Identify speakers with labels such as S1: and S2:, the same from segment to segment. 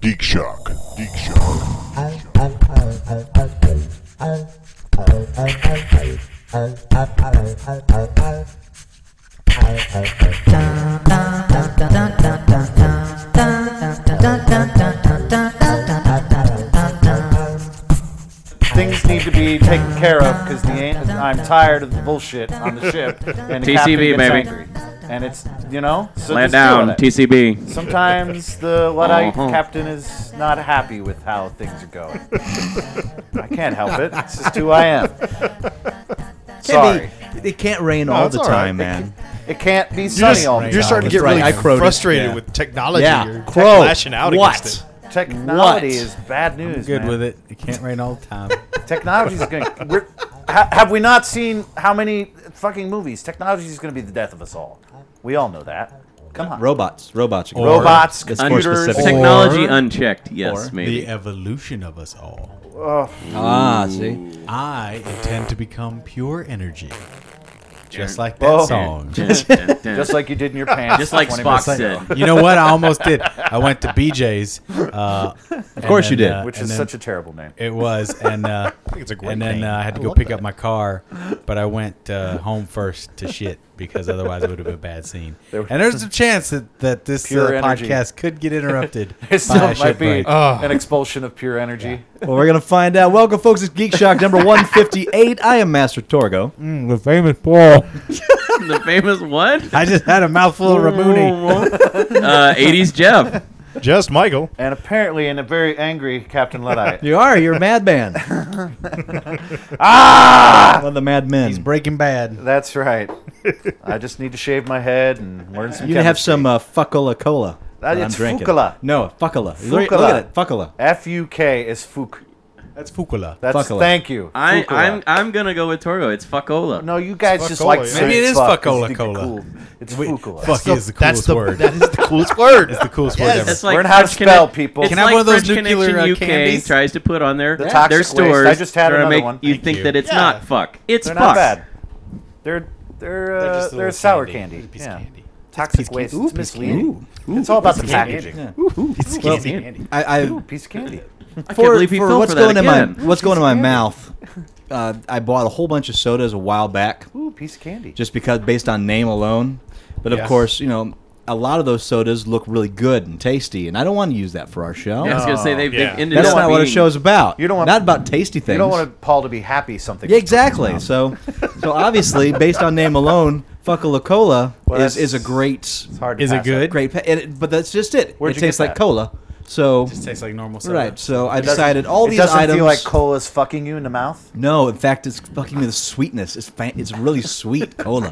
S1: Geek Shock. Geek Shock.
S2: Things need to be taken care of because the an- I'm tired of the bullshit on the ship. And the captain
S3: TCB,
S2: gets
S3: baby.
S2: angry. And it's you know so just
S3: Land
S2: deal
S3: down,
S2: with it.
S3: TCB.
S2: Sometimes the Luddite
S3: Uh-huh.
S2: captain is not happy with how things are going. I can't help it. It's just who I am. Sorry.
S4: It, can't rain all
S5: it's
S4: the
S5: all right.
S4: time, man.
S2: It can't be
S5: You're,
S2: sunny
S5: just,
S2: all the time.
S5: you're starting to get
S4: That's
S5: really
S4: right, I crowed it.
S5: frustrated
S4: Yeah.
S5: with technology.
S4: Yeah,
S5: You're tech
S4: crow.
S5: lashing out
S4: What?
S5: against it.
S2: Technology
S4: What?
S2: is bad news.
S6: Good
S2: man.
S6: with it. It can't rain all the time.
S2: Technology's going. We're, ha, have we not seen how many fucking movies? Technology is going to be the death of us all. We all know that. Come on,
S4: Robots, robots,
S6: Or-
S2: robots,
S4: That's more
S2: computers.
S4: specific.
S3: Technology
S6: Or-
S3: unchecked, yes,
S6: or
S3: maybe.
S6: the evolution of us all.
S4: ah, see,
S6: I intend to become pure energy. Just like that
S5: Oh.
S2: Whoa.
S6: song.
S2: Just like you did in your pants.
S3: Just like
S2: 20
S3: Spock
S2: minutes
S3: said.
S2: ago,
S6: you know what? I almost did. I went to BJ's. Uh, of
S4: course you did.
S2: which is such a terrible name.
S6: It was, and uh,
S5: it's a great
S6: and then
S5: name.
S6: uh, I had to
S5: I
S6: go
S5: love
S6: pick
S5: that.
S6: up my car, but I went uh, home first to shit because otherwise it would have been a bad scene.
S2: There-
S6: and there's a chance that, that this uh,
S2: Pure energy.
S6: podcast could get interrupted.
S2: It
S6: by a
S4: Ah,
S2: still might
S6: shit
S2: be Uh.
S6: break.
S5: Ugh.
S2: an expulsion of pure energy.
S4: well, we're gonna find out. Welcome, folks. It's Geek Shock number one fifty eight. I am Master Torgo.
S6: Mm, the famous Paul.
S3: the famous what?
S6: I just had a mouthful of Ramuni.
S3: uh, 80s Jeff.
S5: Just Michael.
S2: And apparently, in a very angry Captain Luddite.
S4: You are. You're a madman. ah, one of the madmen.
S6: He's Breaking Bad.
S2: That's right. I just need to shave my head and learn some.
S4: You can have
S2: chemistry.
S4: some uh, fuckola cola.
S2: Uh,
S4: that
S2: it's
S4: I'm drinking.
S2: fucola.
S4: No, fuckola. Look,
S2: Fucola.
S4: look at it, fuckola.
S2: F-U-K is Fook.
S6: That's Fukula.
S2: That's
S4: Fucola.
S2: thank you. Fucola.
S3: I, I'm I'm gonna go with Torgo. It's fuckola.
S2: No, you guys just
S5: Fucola,
S2: like
S5: yeah.
S2: saying
S6: Maybe it is
S2: fuck 'cause
S6: Fucola
S2: you think it's
S6: Cola.
S2: cool. It's
S6: Wait,
S2: Fucola.
S6: fuck is the
S5: That's
S6: coolest
S5: the,
S6: word.
S5: That is the coolest word.
S6: It's the coolest
S5: Yes.
S6: word ever.
S3: It's like
S2: Learn how to
S3: French
S2: spell,
S3: Connect-
S2: people.
S3: It's
S2: Can
S6: I have
S3: like
S6: one of those
S3: French
S6: nuclear,
S3: Connection
S6: uh,
S3: UK
S6: candies?
S3: tries to put on their
S2: The
S3: their
S2: toxic waste.
S3: stores.
S2: I just had
S3: try to
S2: another
S3: make
S2: one.
S3: You
S2: Thank
S3: think
S6: you.
S3: that it's
S5: Yeah.
S3: not fuck. It's
S2: They're
S3: fuck.
S2: not bad. They're they're uh, they're,
S6: just little
S2: sour
S6: candy.
S2: candy.
S6: Little piece of
S2: Yeah.
S6: candy.
S2: Toxic
S6: piece of
S2: waste. It's
S6: candy. Ooh, piece of
S2: misleading.
S3: Ooh,
S2: It's all about the
S3: piece of candy.
S2: packaging.
S4: Yeah.
S6: It's
S3: Well,
S6: candy.
S4: I, I,
S2: Piece of candy.
S3: I can't
S4: for,
S3: believe he
S4: for
S3: fell
S4: what's
S3: for that
S4: going
S3: again.
S4: in my what's going in my mouth. Uh, I bought a whole bunch of sodas a while back,
S2: Ooh, piece of candy.
S4: just because based on name alone. But of
S5: Yes.
S4: course, you know, a lot of those sodas look really good and tasty, and I don't want to use that for our show.
S3: Yeah, I was gonna say they've,
S5: Yeah.
S3: they've ended
S4: That's
S3: up
S4: not what a
S3: being-
S4: show's about.
S2: You don't want-
S4: not about tasty things.
S2: you don't want Paul to be happy. Something.
S4: Yeah, exactly. So, so obviously, based on name alone, Fucala Cola
S2: Well, that's-
S4: is, is a great,
S2: It's hard to
S6: Is it
S2: pass up.
S6: good?
S4: great. pa- And it, but that's just it.
S2: Where'd
S4: it
S2: you
S4: tastes
S2: get
S4: like
S2: that?
S4: cola. So
S6: It tastes like normal soda.
S4: right. So I
S2: It doesn't-
S4: decided all
S2: it
S4: these
S2: doesn't
S4: items.
S2: feel like cola's fucking you in the mouth.
S4: no, in fact, it's fucking me with sweetness. It's fa- it's really sweet cola.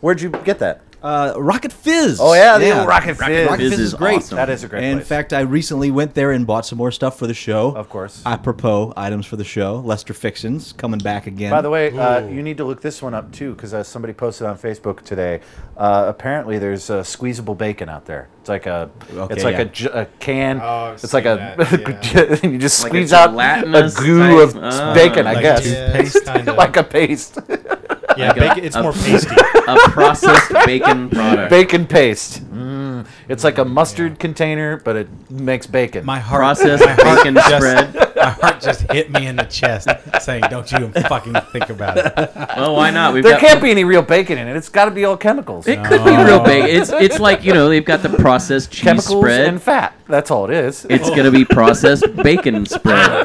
S2: Where'd you get that?
S4: Uh, Rocket Fizz.
S2: Oh yeah, the old Rocket Fizz.
S4: Rocket
S3: Fizz
S4: Fizz
S3: is
S4: is great.
S3: awesome.
S2: That is a great.
S4: And in
S2: place.
S4: fact, I recently went there and bought some more stuff for the show.
S2: Of course.
S4: Apropos items for the show, Lester Fixins coming back again.
S2: By the way, uh, you need to look this one up too, because uh, somebody posted on Facebook today. Uh, apparently, there's uh, squeezable bacon out there. It's like a,
S4: Okay,
S2: it's like
S4: yeah.
S2: a j- a, can.
S5: Oh, I've
S2: it's like
S5: seen
S2: a,
S5: that,
S2: you just
S3: Like a
S2: squeeze out a
S3: gelatinous
S2: goo
S3: type-
S2: of
S3: oh,
S2: bacon. I
S3: like
S2: guess
S5: toothpaste, kinda.
S2: like a paste,
S5: yeah, bacon, it's
S3: a-
S5: more pasty.
S3: a processed bacon product.
S2: bacon paste. Mm. It's like a mustard container, but it makes bacon.
S6: My heart,
S3: processed bacon
S6: just-
S3: spread.
S6: my heart just hit me in the chest, saying, "Don't you even fucking think about it."
S3: Well, why not? We've
S2: there
S3: got
S2: can't be any real bacon in it. It's got to be all chemicals,
S3: It could be real bacon. It's it's like you know they've got the processed cheese
S2: chemicals
S3: spread.
S2: and fat. That's all it is.
S3: it's gonna be processed
S4: Oh,
S3: bacon spread.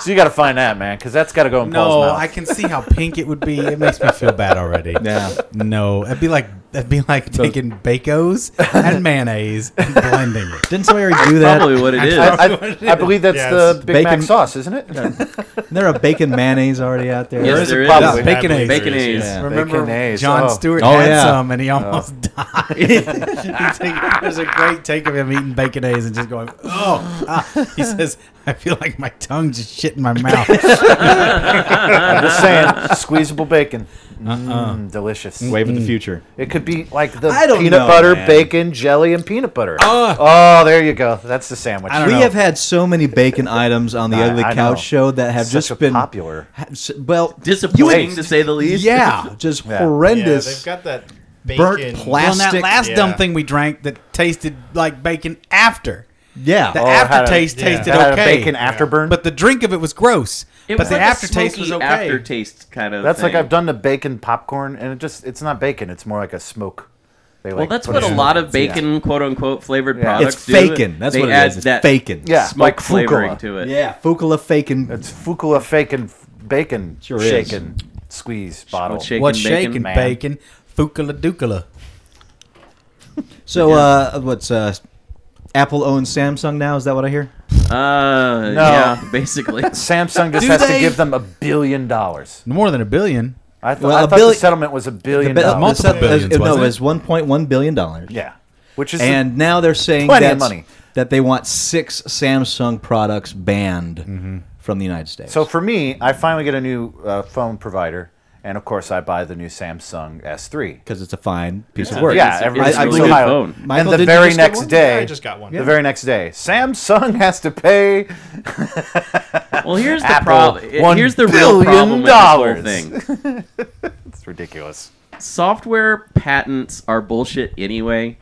S2: so you got to find that man, because that's got to go in Paul's
S6: no,
S2: mouth.
S6: I can see how pink it would be. It makes me feel bad already.
S4: Yeah.
S6: No, it'd be like that'd be like taking bacos and mayonnaise and blending it.
S4: Didn't somebody already do that?
S3: Probably what it is.
S2: I, I, I believe that's
S5: Yes.
S2: the Big Mac
S4: Bacon-
S2: sauce, isn't it?
S4: Isn't there a bacon mayonnaise already out there?
S3: Yes,
S4: Or
S3: there
S4: is
S3: is.
S2: probably-
S6: Yeah, bacon eggs.
S3: Bacon eggs.
S4: Yeah.
S6: Remember
S2: Baconaise,
S6: John
S2: oh.
S6: Stewart
S4: Oh,
S6: had
S4: yeah.
S6: some and he almost died. He take- there's a great take of him eating bacon eggs and just going, oh. ah." He says, I feel like my tongue just shit in my mouth.
S2: I'm just saying, squeezable bacon,
S4: Uh-uh.
S2: mm, delicious.
S4: Wave of the future.
S2: It could be like the
S4: I don't
S2: peanut
S4: know,
S2: butter,
S4: man.
S2: bacon, jelly, and peanut butter.
S6: Ah.
S2: oh, there you go. That's the sandwich.
S6: I don't
S4: We
S6: know.
S4: have had so many bacon items on the
S2: I-
S4: Ugly
S2: I
S4: Couch
S2: know.
S4: show that have
S2: Such
S4: just
S2: a
S4: been
S2: popular.
S4: ha- s- well,
S3: Disappointing
S4: you-
S3: to say the least.
S4: Yeah, just
S2: Yeah.
S5: yeah,
S4: horrendous
S5: they've got that
S4: burnt
S5: bacon.
S6: Well, and that
S4: plastic.
S6: last dumb
S5: Yeah.
S6: thing we drank that tasted like bacon after.
S4: Yeah.
S6: The
S2: Oh, it had a-
S6: aftertaste
S5: yeah.
S6: tasted
S2: It had a
S6: okay.
S2: bacon afterburn.
S6: But the drink of it was gross.
S3: It
S6: but
S3: was
S6: the
S3: like a
S6: aftertaste was
S3: smoky
S6: okay.
S3: Aftertaste kind of.
S2: That's like
S3: thing.
S2: I've done the bacon popcorn, and it just—it's not bacon; it's more like a smoke. They
S3: Well,
S2: like
S3: that's
S2: put
S3: what
S2: it
S3: a
S2: in.
S3: lot of bacon, quote unquote, flavored products
S4: It's
S3: do.
S4: faking. That's
S3: they
S4: what it
S3: add
S4: is. It's
S3: that
S4: faking.
S2: Yeah,
S3: smoke
S2: like
S3: flavoring
S2: Fukuwa.
S3: to it.
S4: Yeah. Fukula faking.
S2: It's Fukula faking bacon
S4: Sure is.
S2: shaken squeeze bottle.
S3: Old shaken
S6: What's
S3: bacon.
S6: shaking
S2: man.
S6: bacon? Fukula dukula.
S4: So uh, what's uh, Apple owns Samsung now? Is that what I hear?
S3: Uh,
S2: No.
S3: yeah, basically.
S2: Samsung just
S6: Do
S2: has
S6: they-
S2: to give them a billion dollars.
S6: More than a billion.
S2: I, th-
S4: Well,
S2: I
S4: a
S2: thought
S4: billi-
S2: the settlement was a billion
S4: The-
S2: dollars.
S6: Multiple
S4: the set-
S6: billions,
S4: uh, no,
S6: wasn't
S4: it
S6: it?
S4: was 1.1 billion dollars.
S2: yeah, which is
S4: and now they're saying
S2: Plenty of
S4: that's-
S2: money.
S4: that they want six Samsung products banned from the United States.
S2: So for me, I finally get a new uh, phone provider, and of course, I buy the new Samsung S3.
S4: because it's a fine piece of work.
S2: Yeah,
S3: It's-
S2: everybody's
S3: it's a
S2: been
S3: really
S2: so
S3: good
S2: high.
S3: phone.
S4: Michael,
S2: and the
S4: did you
S2: very
S4: just get
S2: next
S5: one?
S2: day,
S5: Yeah, I just got one.
S2: The very next day, Samsung has to pay
S3: Well, here's the
S2: Apple,
S3: problem.
S2: one
S3: Here's the real
S2: billion
S3: problem
S2: dollars.
S3: with this whole thing.
S2: It's ridiculous.
S3: Software patents are bullshit anyway.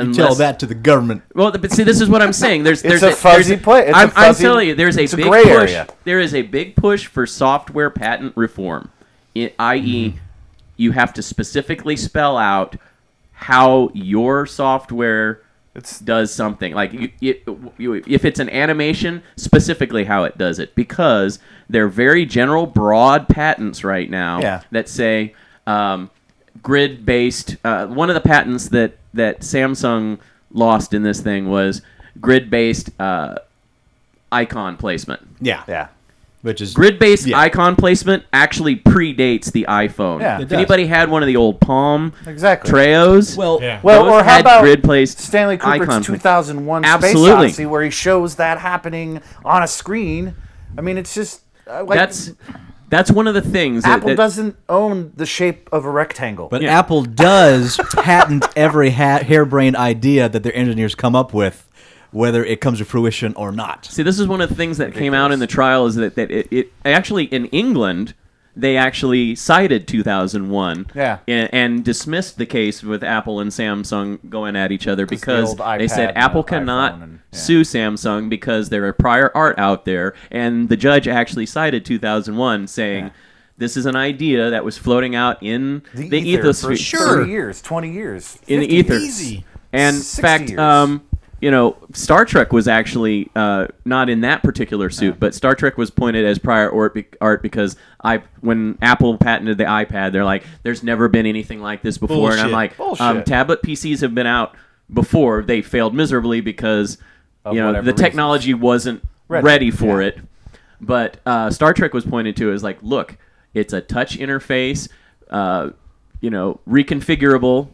S3: Unless,
S4: Tell that to the government.
S3: Well, but see, this is what I'm saying. There's,
S2: It's
S3: there's
S2: a fuzzy
S3: there's
S2: pla- it's a
S3: I'm, I'm
S2: fuzzy-
S3: telling you, there's a
S2: it's a
S3: big
S2: gray
S3: push.
S2: area.
S3: There is a big push for software patent reform, i- e i.e.,
S4: Mm-hmm.
S3: you have to specifically spell out how your software
S2: It's
S3: does something. Like you, you, you, if it's an animation, specifically how it does it, because they're very general, broad patents right now
S2: Yeah.
S3: that say um, grid-based. Uh, one of the patents that that Samsung lost in this thing was grid-based uh, icon placement.
S4: Yeah,
S2: yeah.
S4: which is
S3: Grid-based
S4: Yeah.
S3: icon placement actually predates the iPhone.
S2: Yeah. It
S3: if
S4: does.
S3: anybody had one of the old Palm
S2: Exactly.
S3: Treos,
S4: Well,
S5: Yeah.
S2: Well,
S3: those
S2: or how
S3: had
S2: about
S3: grid-placed
S2: Stanley
S3: icon
S2: Kubrick's
S3: placement.
S2: 2001 Space
S3: Absolutely.
S2: Odyssey, where he shows that happening on a screen. I mean, it's just uh, like
S3: that's that's one of the things that-
S2: Apple
S3: that-
S2: doesn't own the shape of a rectangle.
S4: but
S3: Yeah.
S4: Apple does patent every ha- harebrained idea that their engineers come up with, whether it comes to fruition or not.
S3: See, this is one of the things that came out in the trial is that, that it, it actually in England they actually cited 2001
S2: Yeah.
S3: a- and, dismissed the case with Apple and Samsung going at each other because
S2: old
S3: they
S2: iPad
S3: said
S2: and
S3: Apple
S2: the
S3: cannot
S2: iPhone and- yeah.
S3: sue Samsung because there are prior art out there and the judge actually cited 2001 saying this is an idea that was floating out in the,
S2: ether
S3: ethosphere
S2: for
S6: Sure.
S2: 30 years, 20 years.
S3: in the
S2: 50
S3: ether.
S6: easy.
S3: And in
S2: 60
S3: fact,
S2: years.
S3: um, you know, Star Trek was actually uh, not in that particular suit, but Star Trek was pointed as prior art, be- art because I when Apple patented the iPad, they're like, "There's never been anything like this before," and I'm
S6: Bullshit.
S3: like,
S2: Bullshit.
S3: um, "Tablet PCs have been out before; they failed miserably because you know
S2: whatever
S3: the
S2: reasons.
S3: technology wasn't ready,
S2: Ready.
S3: for it." But uh, Star Trek was pointed to as like, "Look, it's a touch interface." Uh, you know, reconfigurable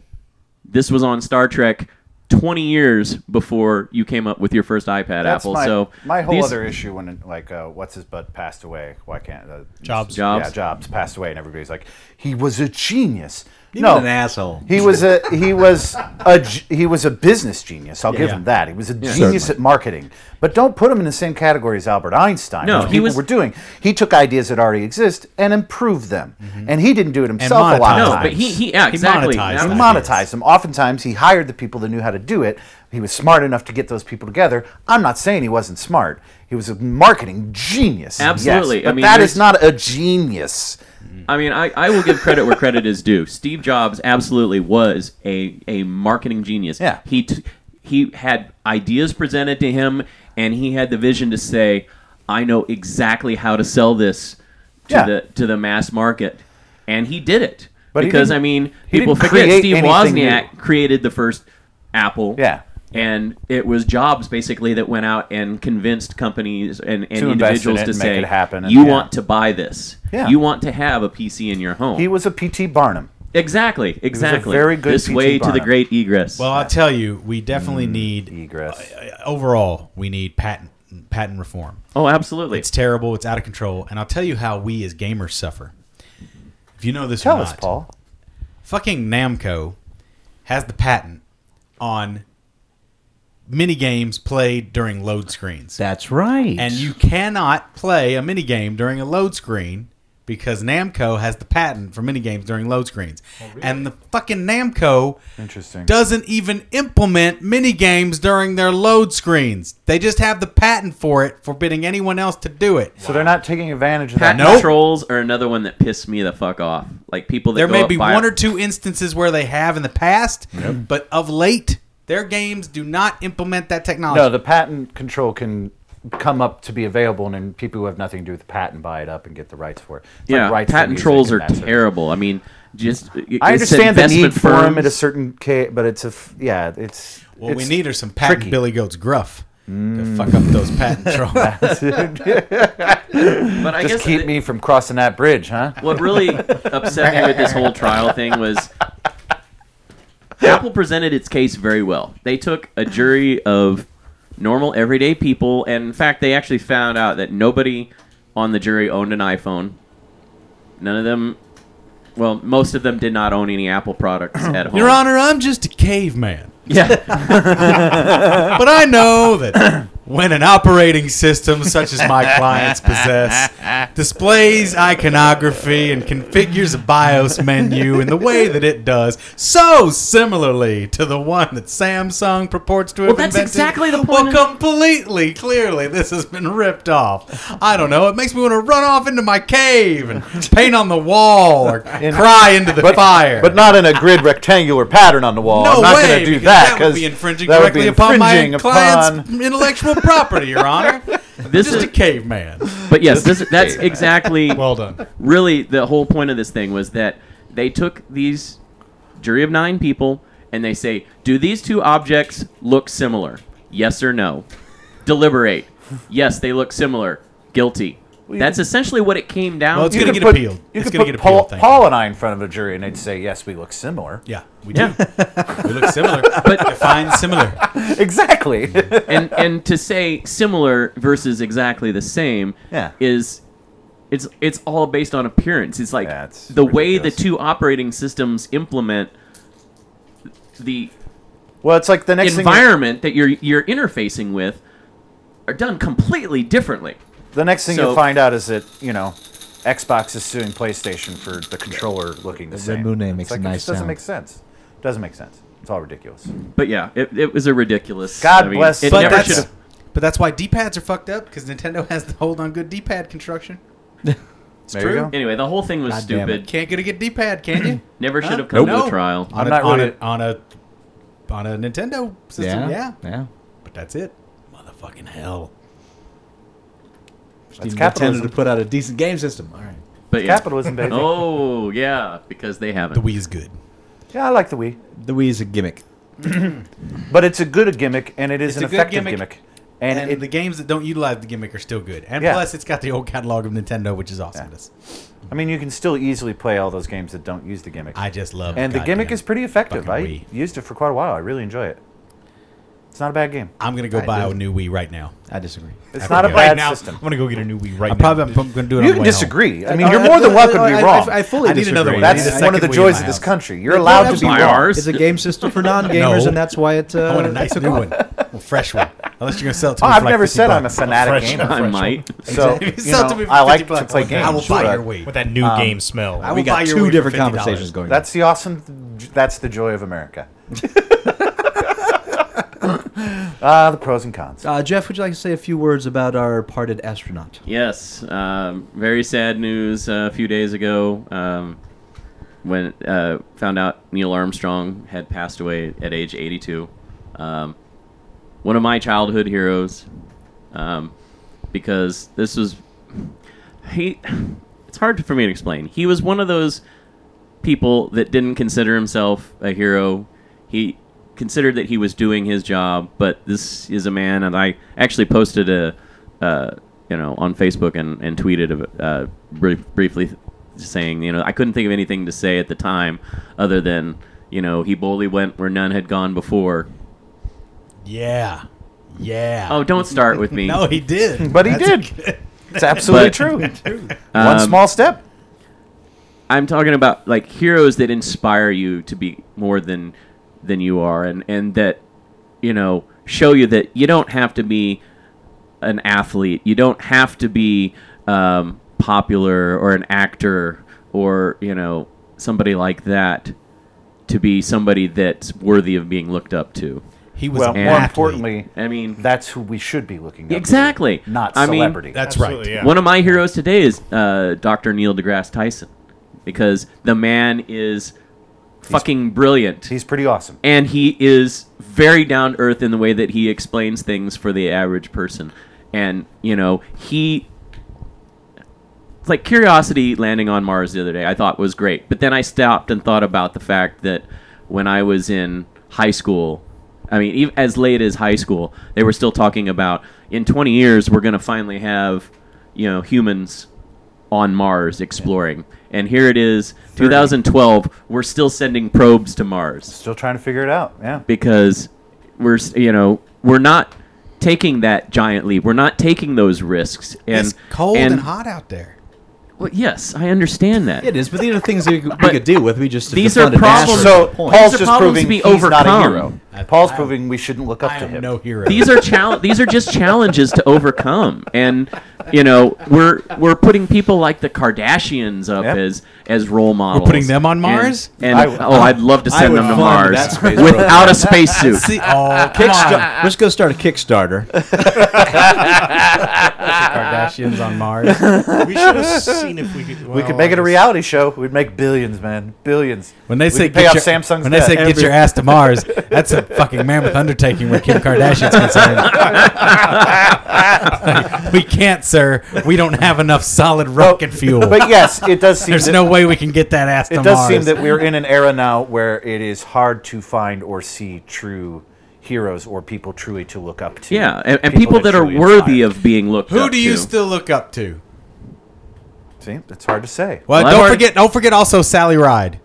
S3: this was on Star Trek 20 years before you came up with your first iPad,
S2: That's
S3: Apple.
S2: my,
S3: so
S2: my whole
S3: these-
S2: other issue when like uh, what's his butt passed away. Why can't uh,
S5: Jobs.
S3: Jobs.
S2: Yeah, Jobs passed away, and everybody's like, he was a genius.
S4: He
S2: no,
S4: was an asshole.
S2: He was a he was a g- he was a business genius. I'll give him that. He was a genius at marketing, but don't put him in the same category as Albert Einstein.
S3: No,
S2: which
S3: he
S2: people
S3: was-
S2: were doing. He took ideas that already exist and improved them, and he didn't do it himself a lot
S6: monetized
S2: of
S3: No,
S6: them.
S2: times.
S3: but he, he yeah, exactly.
S6: monetized
S3: Now-
S2: He
S6: them.
S2: monetized them. Oftentimes, he hired the people that knew how to do it. He was smart enough to get those people together. I'm not saying he wasn't smart. He was a marketing genius. yes,
S3: Absolutely. I
S2: but
S3: mean,
S2: that
S3: there's-
S2: is not a genius.
S3: I mean, I, I will give credit where credit is due. Steve Jobs absolutely was a, a marketing genius.
S2: Yeah.
S3: He, t- he had ideas presented to him, and he had the vision to say, I know exactly how to sell this to,
S2: Yeah.
S3: the, to the mass market. And he did it.
S2: But he
S3: because,
S2: didn't-
S3: I mean,
S2: he
S3: people
S2: didn't
S3: forget
S2: create
S3: Steve
S2: anything new.
S3: Wozniak created the first Apple.
S2: Yeah.
S3: And it was Jobs basically that went out and convinced companies and, and
S2: To invest in
S3: individuals
S2: it
S3: to
S2: and make
S3: say,
S2: it happen and-
S3: you
S2: yeah.
S3: want to buy this.
S2: Yeah.
S3: You want to have a PC in your home.
S2: He was a P.T. Barnum.
S3: Exactly. Exactly.
S2: very good
S3: This
S2: P.T.
S3: way to the
S2: Barnum.
S3: great egress.
S6: Well, I'll tell you, we
S2: Mm,
S6: definitely need
S3: Oh,
S6: uh,
S2: Egress.
S6: overall we need patent patent reform.
S3: oh, absolutely.
S6: It's terrible. It's out of control. And I'll tell you how we as gamers suffer. If you know this, or
S2: Tell us,
S6: not,
S2: Paul.
S6: Fucking Namco has the patent on mini games played during load screens,
S4: That's right.
S6: and you cannot play a mini game during a load screen because Namco has the patent for minigames during load screens. And the fucking Namco
S2: Interesting.
S6: doesn't even implement minigames during their load screens. They just have the patent for it, forbidding anyone else to do it.
S2: So they're not taking advantage of that.
S3: Patent
S6: Nope.
S3: trolls are another one that pissed me the fuck off. Like people that
S6: there
S3: go
S6: may
S3: up
S6: be
S3: by-
S6: one or two instances where they have in the past, but of late, their games do not implement that technology.
S2: No, the patent control can come up to be available, and then people who have nothing to do with the patent buy it up and get the rights for it. It's like
S3: yeah,
S2: rights for
S3: patent
S2: music
S3: trolls
S2: and
S3: are
S2: that sort of-
S3: terrible. I mean, just
S2: I understand the need for them at a
S3: It's
S2: certain case, but it's a f- yeah, it's
S6: what we
S2: it's
S6: need are some patent
S2: tricky.
S6: Billy Goat's gruff to fuck up those patent trolls.
S3: but I
S2: Just
S3: guess
S2: keep
S3: that-
S2: me from crossing that bridge, huh?
S3: What really upset me with this whole trial thing was Apple presented its case very well. They took a jury of normal, everyday people, and in fact, they actually found out that nobody on the jury owned an iPhone. None of them, well, most of them did not own any Apple products at home.
S6: Your Honor, I'm just a caveman.
S3: yeah,
S6: But I know that when an operating system such as my clients possess displays iconography and configures a BIOS menu in the way that it does, so similarly to the one that Samsung purports to have
S3: Well, that's
S6: invented,
S3: exactly the
S6: well,
S3: point of-
S6: completely, clearly, this has been ripped off. I don't know. It makes me want to run off into my cave and paint on the wall or cry into the fire.
S2: But not in a grid rectangular pattern on the wall.
S6: No
S2: I'm not
S6: way,
S2: going to do
S6: because
S2: that
S6: would be
S2: 'cause
S6: infringing
S2: that would
S6: directly
S2: be
S6: upon my
S2: infringing
S6: client's
S2: upon-
S6: intellectual property, Your Honor.
S3: This
S6: just
S3: is-
S6: a caveman.
S3: but yes, this, that's exactly
S6: Well done.
S3: really the whole point of this thing was that they took these jury of nine people and they say, do these two objects look similar? Yes or no. Deliberate. Yes, they look similar. Guilty. That's essentially what it came down
S6: Well, it's
S3: to.
S6: gonna
S2: could
S6: get
S2: put-
S6: appealed.
S2: You
S6: It's
S2: could
S6: gonna
S2: put
S6: get
S2: Paul,
S6: appealed, thank you.
S2: Paul and I in front of a jury, and they'd say, "Yes, we look similar."
S6: Yeah, we do.
S3: Yeah.
S6: We look similar. But define similar.
S2: Exactly.
S3: and and to say similar versus exactly the same
S2: Yeah.
S3: is it's it's all based on appearance. It's like
S2: Yeah, it's
S3: the way the
S2: ridiculous.
S3: two operating systems implement the
S2: well, it's like the next thing. you-
S3: environment that you're you're interfacing with are done completely differently.
S2: The next thing
S3: So-
S2: you'll find out is that you know, Xbox is suing PlayStation for the controller looking the, same.
S4: Moon name
S2: It's
S4: makes a
S2: like,
S4: nice
S2: It just doesn't
S4: sound.
S2: make sense. Doesn't make sense. It's all ridiculous.
S3: But yeah, it, it was a ridiculous.
S2: God bless
S3: It
S2: But
S3: never
S2: that's-
S3: should have.
S6: But that's why D-pads are fucked up because Nintendo has the hold on good D-pad construction. It's
S2: There you
S6: true.
S2: go.
S3: Anyway, the whole thing was
S4: God damn it.
S3: stupid.
S6: Can't get a good D-pad, can you?
S3: Never
S6: Huh?
S3: should have come to
S6: Nope.
S3: the trial.
S6: On,
S2: I'm
S6: a,
S2: not
S6: on,
S2: really-
S6: a, on a on a Nintendo system,
S4: Yeah.
S6: yeah.
S4: Yeah.
S6: But that's it. Motherfucking hell.
S2: That's
S4: Even
S2: capitalism.
S4: Nintendo to put out a decent game system. All right.
S3: But yeah.
S2: Capitalism, baby.
S3: Oh yeah, because they haven't.
S6: The Wii is good.
S2: Yeah, I like the Wii,
S4: The Wii is a gimmick.
S2: but it's a good gimmick and it is
S6: It's
S2: an
S6: a good
S2: effective
S6: gimmick,
S2: gimmick.
S6: And,
S2: And, it,
S6: the games that don't utilize the gimmick are still good. And
S2: Yeah.
S6: plus, it's got the old catalog of Nintendo, which is awesomeness.
S2: I mean, you can still easily play all those games that don't use the gimmick.
S6: I just love
S2: and the
S6: goddamn-
S2: gimmick is pretty effective.
S6: fucking
S2: I
S6: Wii.
S2: used it for quite a while. I really enjoy it. It's not a bad game.
S6: I'm gonna go
S4: I
S6: buy
S4: do.
S6: a new Wii right now.
S4: I disagree.
S2: It's
S6: After
S2: not a
S6: we-
S2: bad
S6: right now,
S2: system.
S5: I'm gonna go get a new Wii right
S6: I
S5: now.
S6: probably I'm, gonna do it.
S2: You can
S6: on the way home.
S2: disagree. I mean, you're more than welcome to be wrong.
S4: I, fully
S6: I need another
S4: disagree.
S6: one. I need
S2: That's
S6: a
S2: one of the
S6: second Wii in
S2: joys
S6: my
S2: of this
S6: house.
S2: country. You're allowed to
S4: that's
S2: be
S3: my
S2: wrong.
S3: ours.
S4: It's a game system for non-gamers,
S6: No.
S4: and that's why it. Uh,
S6: I want a nice new one, a fresh one. Unless you're gonna sell it to
S2: Oh,
S6: me.
S2: I've
S6: for like
S2: never
S6: 50
S2: said I'm a
S6: bucks.
S2: fanatic
S6: fresh-
S2: gamer.
S6: fresh
S3: I
S6: one.
S3: might.
S2: So
S6: If you
S2: you
S6: sell
S2: know,
S6: it to me for
S2: I like
S6: 50
S2: to
S6: bucks,
S2: play
S6: I will
S2: games.
S6: buy your
S2: but um,
S6: Wii.
S5: with that new game smell.
S6: I
S4: We
S6: will buy
S4: got
S6: your Wii
S4: two
S6: for
S4: different
S6: $50.
S4: conversations going.
S2: That's the awesome. That's the joy of America. Ah, the pros and cons.
S4: on. Uh, Jeff, would you like to say a few words about our parted astronaut?
S3: Yes, um, very sad news uh, a few days ago um, when uh, found out Neil Armstrong had passed away at age 82. Um, one of my childhood heroes, um, because this was he. It's hard for me to explain. He was one of those people that didn't consider himself a hero. He considered that he was doing his job, but this is a man, and I actually posted a, uh, you know, on Facebook and, and tweeted uh, brief, briefly saying, you know, I couldn't think of anything to say at the time other than, you know, he boldly went where none had gone before.
S6: Yeah, yeah.
S3: Oh, don't start with me.
S6: no, he did.
S2: But he
S6: That's
S2: did.
S6: good-
S2: It's absolutely
S3: But-
S2: true. One
S3: Um,
S2: small step.
S3: I'm talking about like heroes that inspire you to be more than than you are, and and that you know show you that you don't have to be an athlete. You don't have to be um, popular or an actor or you know somebody like that to be somebody that's worthy of being looked up to.
S6: He was
S2: Well,
S6: an
S2: more
S6: athlete.
S2: importantly,
S3: I mean,
S2: that's who we should be looking at.
S3: exactly.
S2: Not
S3: I mean,
S2: celebrity.
S6: That's
S5: Absolutely,
S6: right.
S5: yeah.
S3: One of my heroes today is uh, Dr. Neil deGrasse Tyson because the man is fucking brilliant.
S2: He's pretty awesome.
S3: and he is very down to earth in the way that he explains things for the average person. And, you know, he. it's Like Curiosity landing on Mars the other day, I thought was great. But then I stopped and thought about the fact that when I was in high school, I mean, even as late as high school, they were still talking about in 20 years, we're going to finally have, you know, humans on Mars exploring. And here it is, 2012, we're still sending probes to Mars
S2: Still trying to figure it out. Yeah.
S3: because we're s- you know we're not taking that giant leap. We're not taking those risks. And
S6: it's cold and, hot out there.
S3: Well, yes, I understand that.
S4: It is, but these are things we, could- we
S3: But
S4: could deal with. We just
S3: these
S4: defunded
S3: are problems-
S4: NASA.
S2: So
S4: Point.
S2: Paul's
S3: These are
S2: just
S3: problems
S2: proving
S3: to be
S2: he's not a
S3: overcome.
S2: hero.
S6: I-
S2: Paul's
S6: I-
S2: proving we shouldn't look up
S6: I
S2: to
S6: am
S2: him.
S6: no hero.
S3: These are chal- These are just challenges to overcome, and you know we're we're putting people like the Kardashians up
S2: Yep.
S3: as as role models.
S6: putting them on
S3: And-
S6: Mars?
S3: And,
S2: I would-
S3: oh, I'd love to
S4: I
S3: send
S4: would
S3: them to
S4: fund
S3: Mars
S4: that space
S3: without a spacesuit.
S6: See, oh, come on.
S4: Kickstar- Let's go start a Kickstarter.
S6: Kardashians on Mars.
S5: we should have seen if we could.
S2: We could make it a reality show. We'd make billions, man. Billions.
S6: When they
S2: We
S6: say
S2: could pay
S6: get
S2: off
S6: your,
S2: Samsung's
S6: when they say
S2: debt.
S6: get your ass to Mars, that's a fucking mammoth undertaking where Kim Kardashian's concerned. we can't, sir. We don't have enough solid rocket fuel.
S2: but yes, it does seem
S6: There's
S2: that,
S6: no way we can get that ass to
S2: it does
S6: Mars.
S2: seem that we're in an era now where it is hard to find or see true heroes or people truly to look up to.
S3: yeah, and, and people, that, are
S2: truly
S3: worthy
S2: inspire.
S3: of being looked
S6: Who
S3: up
S6: do you
S3: to.
S6: still look up to?
S2: See, it's hard to say.
S6: Well,
S3: Well, I've
S6: don't
S3: already-
S6: forget. Don't forget also Sally Ride.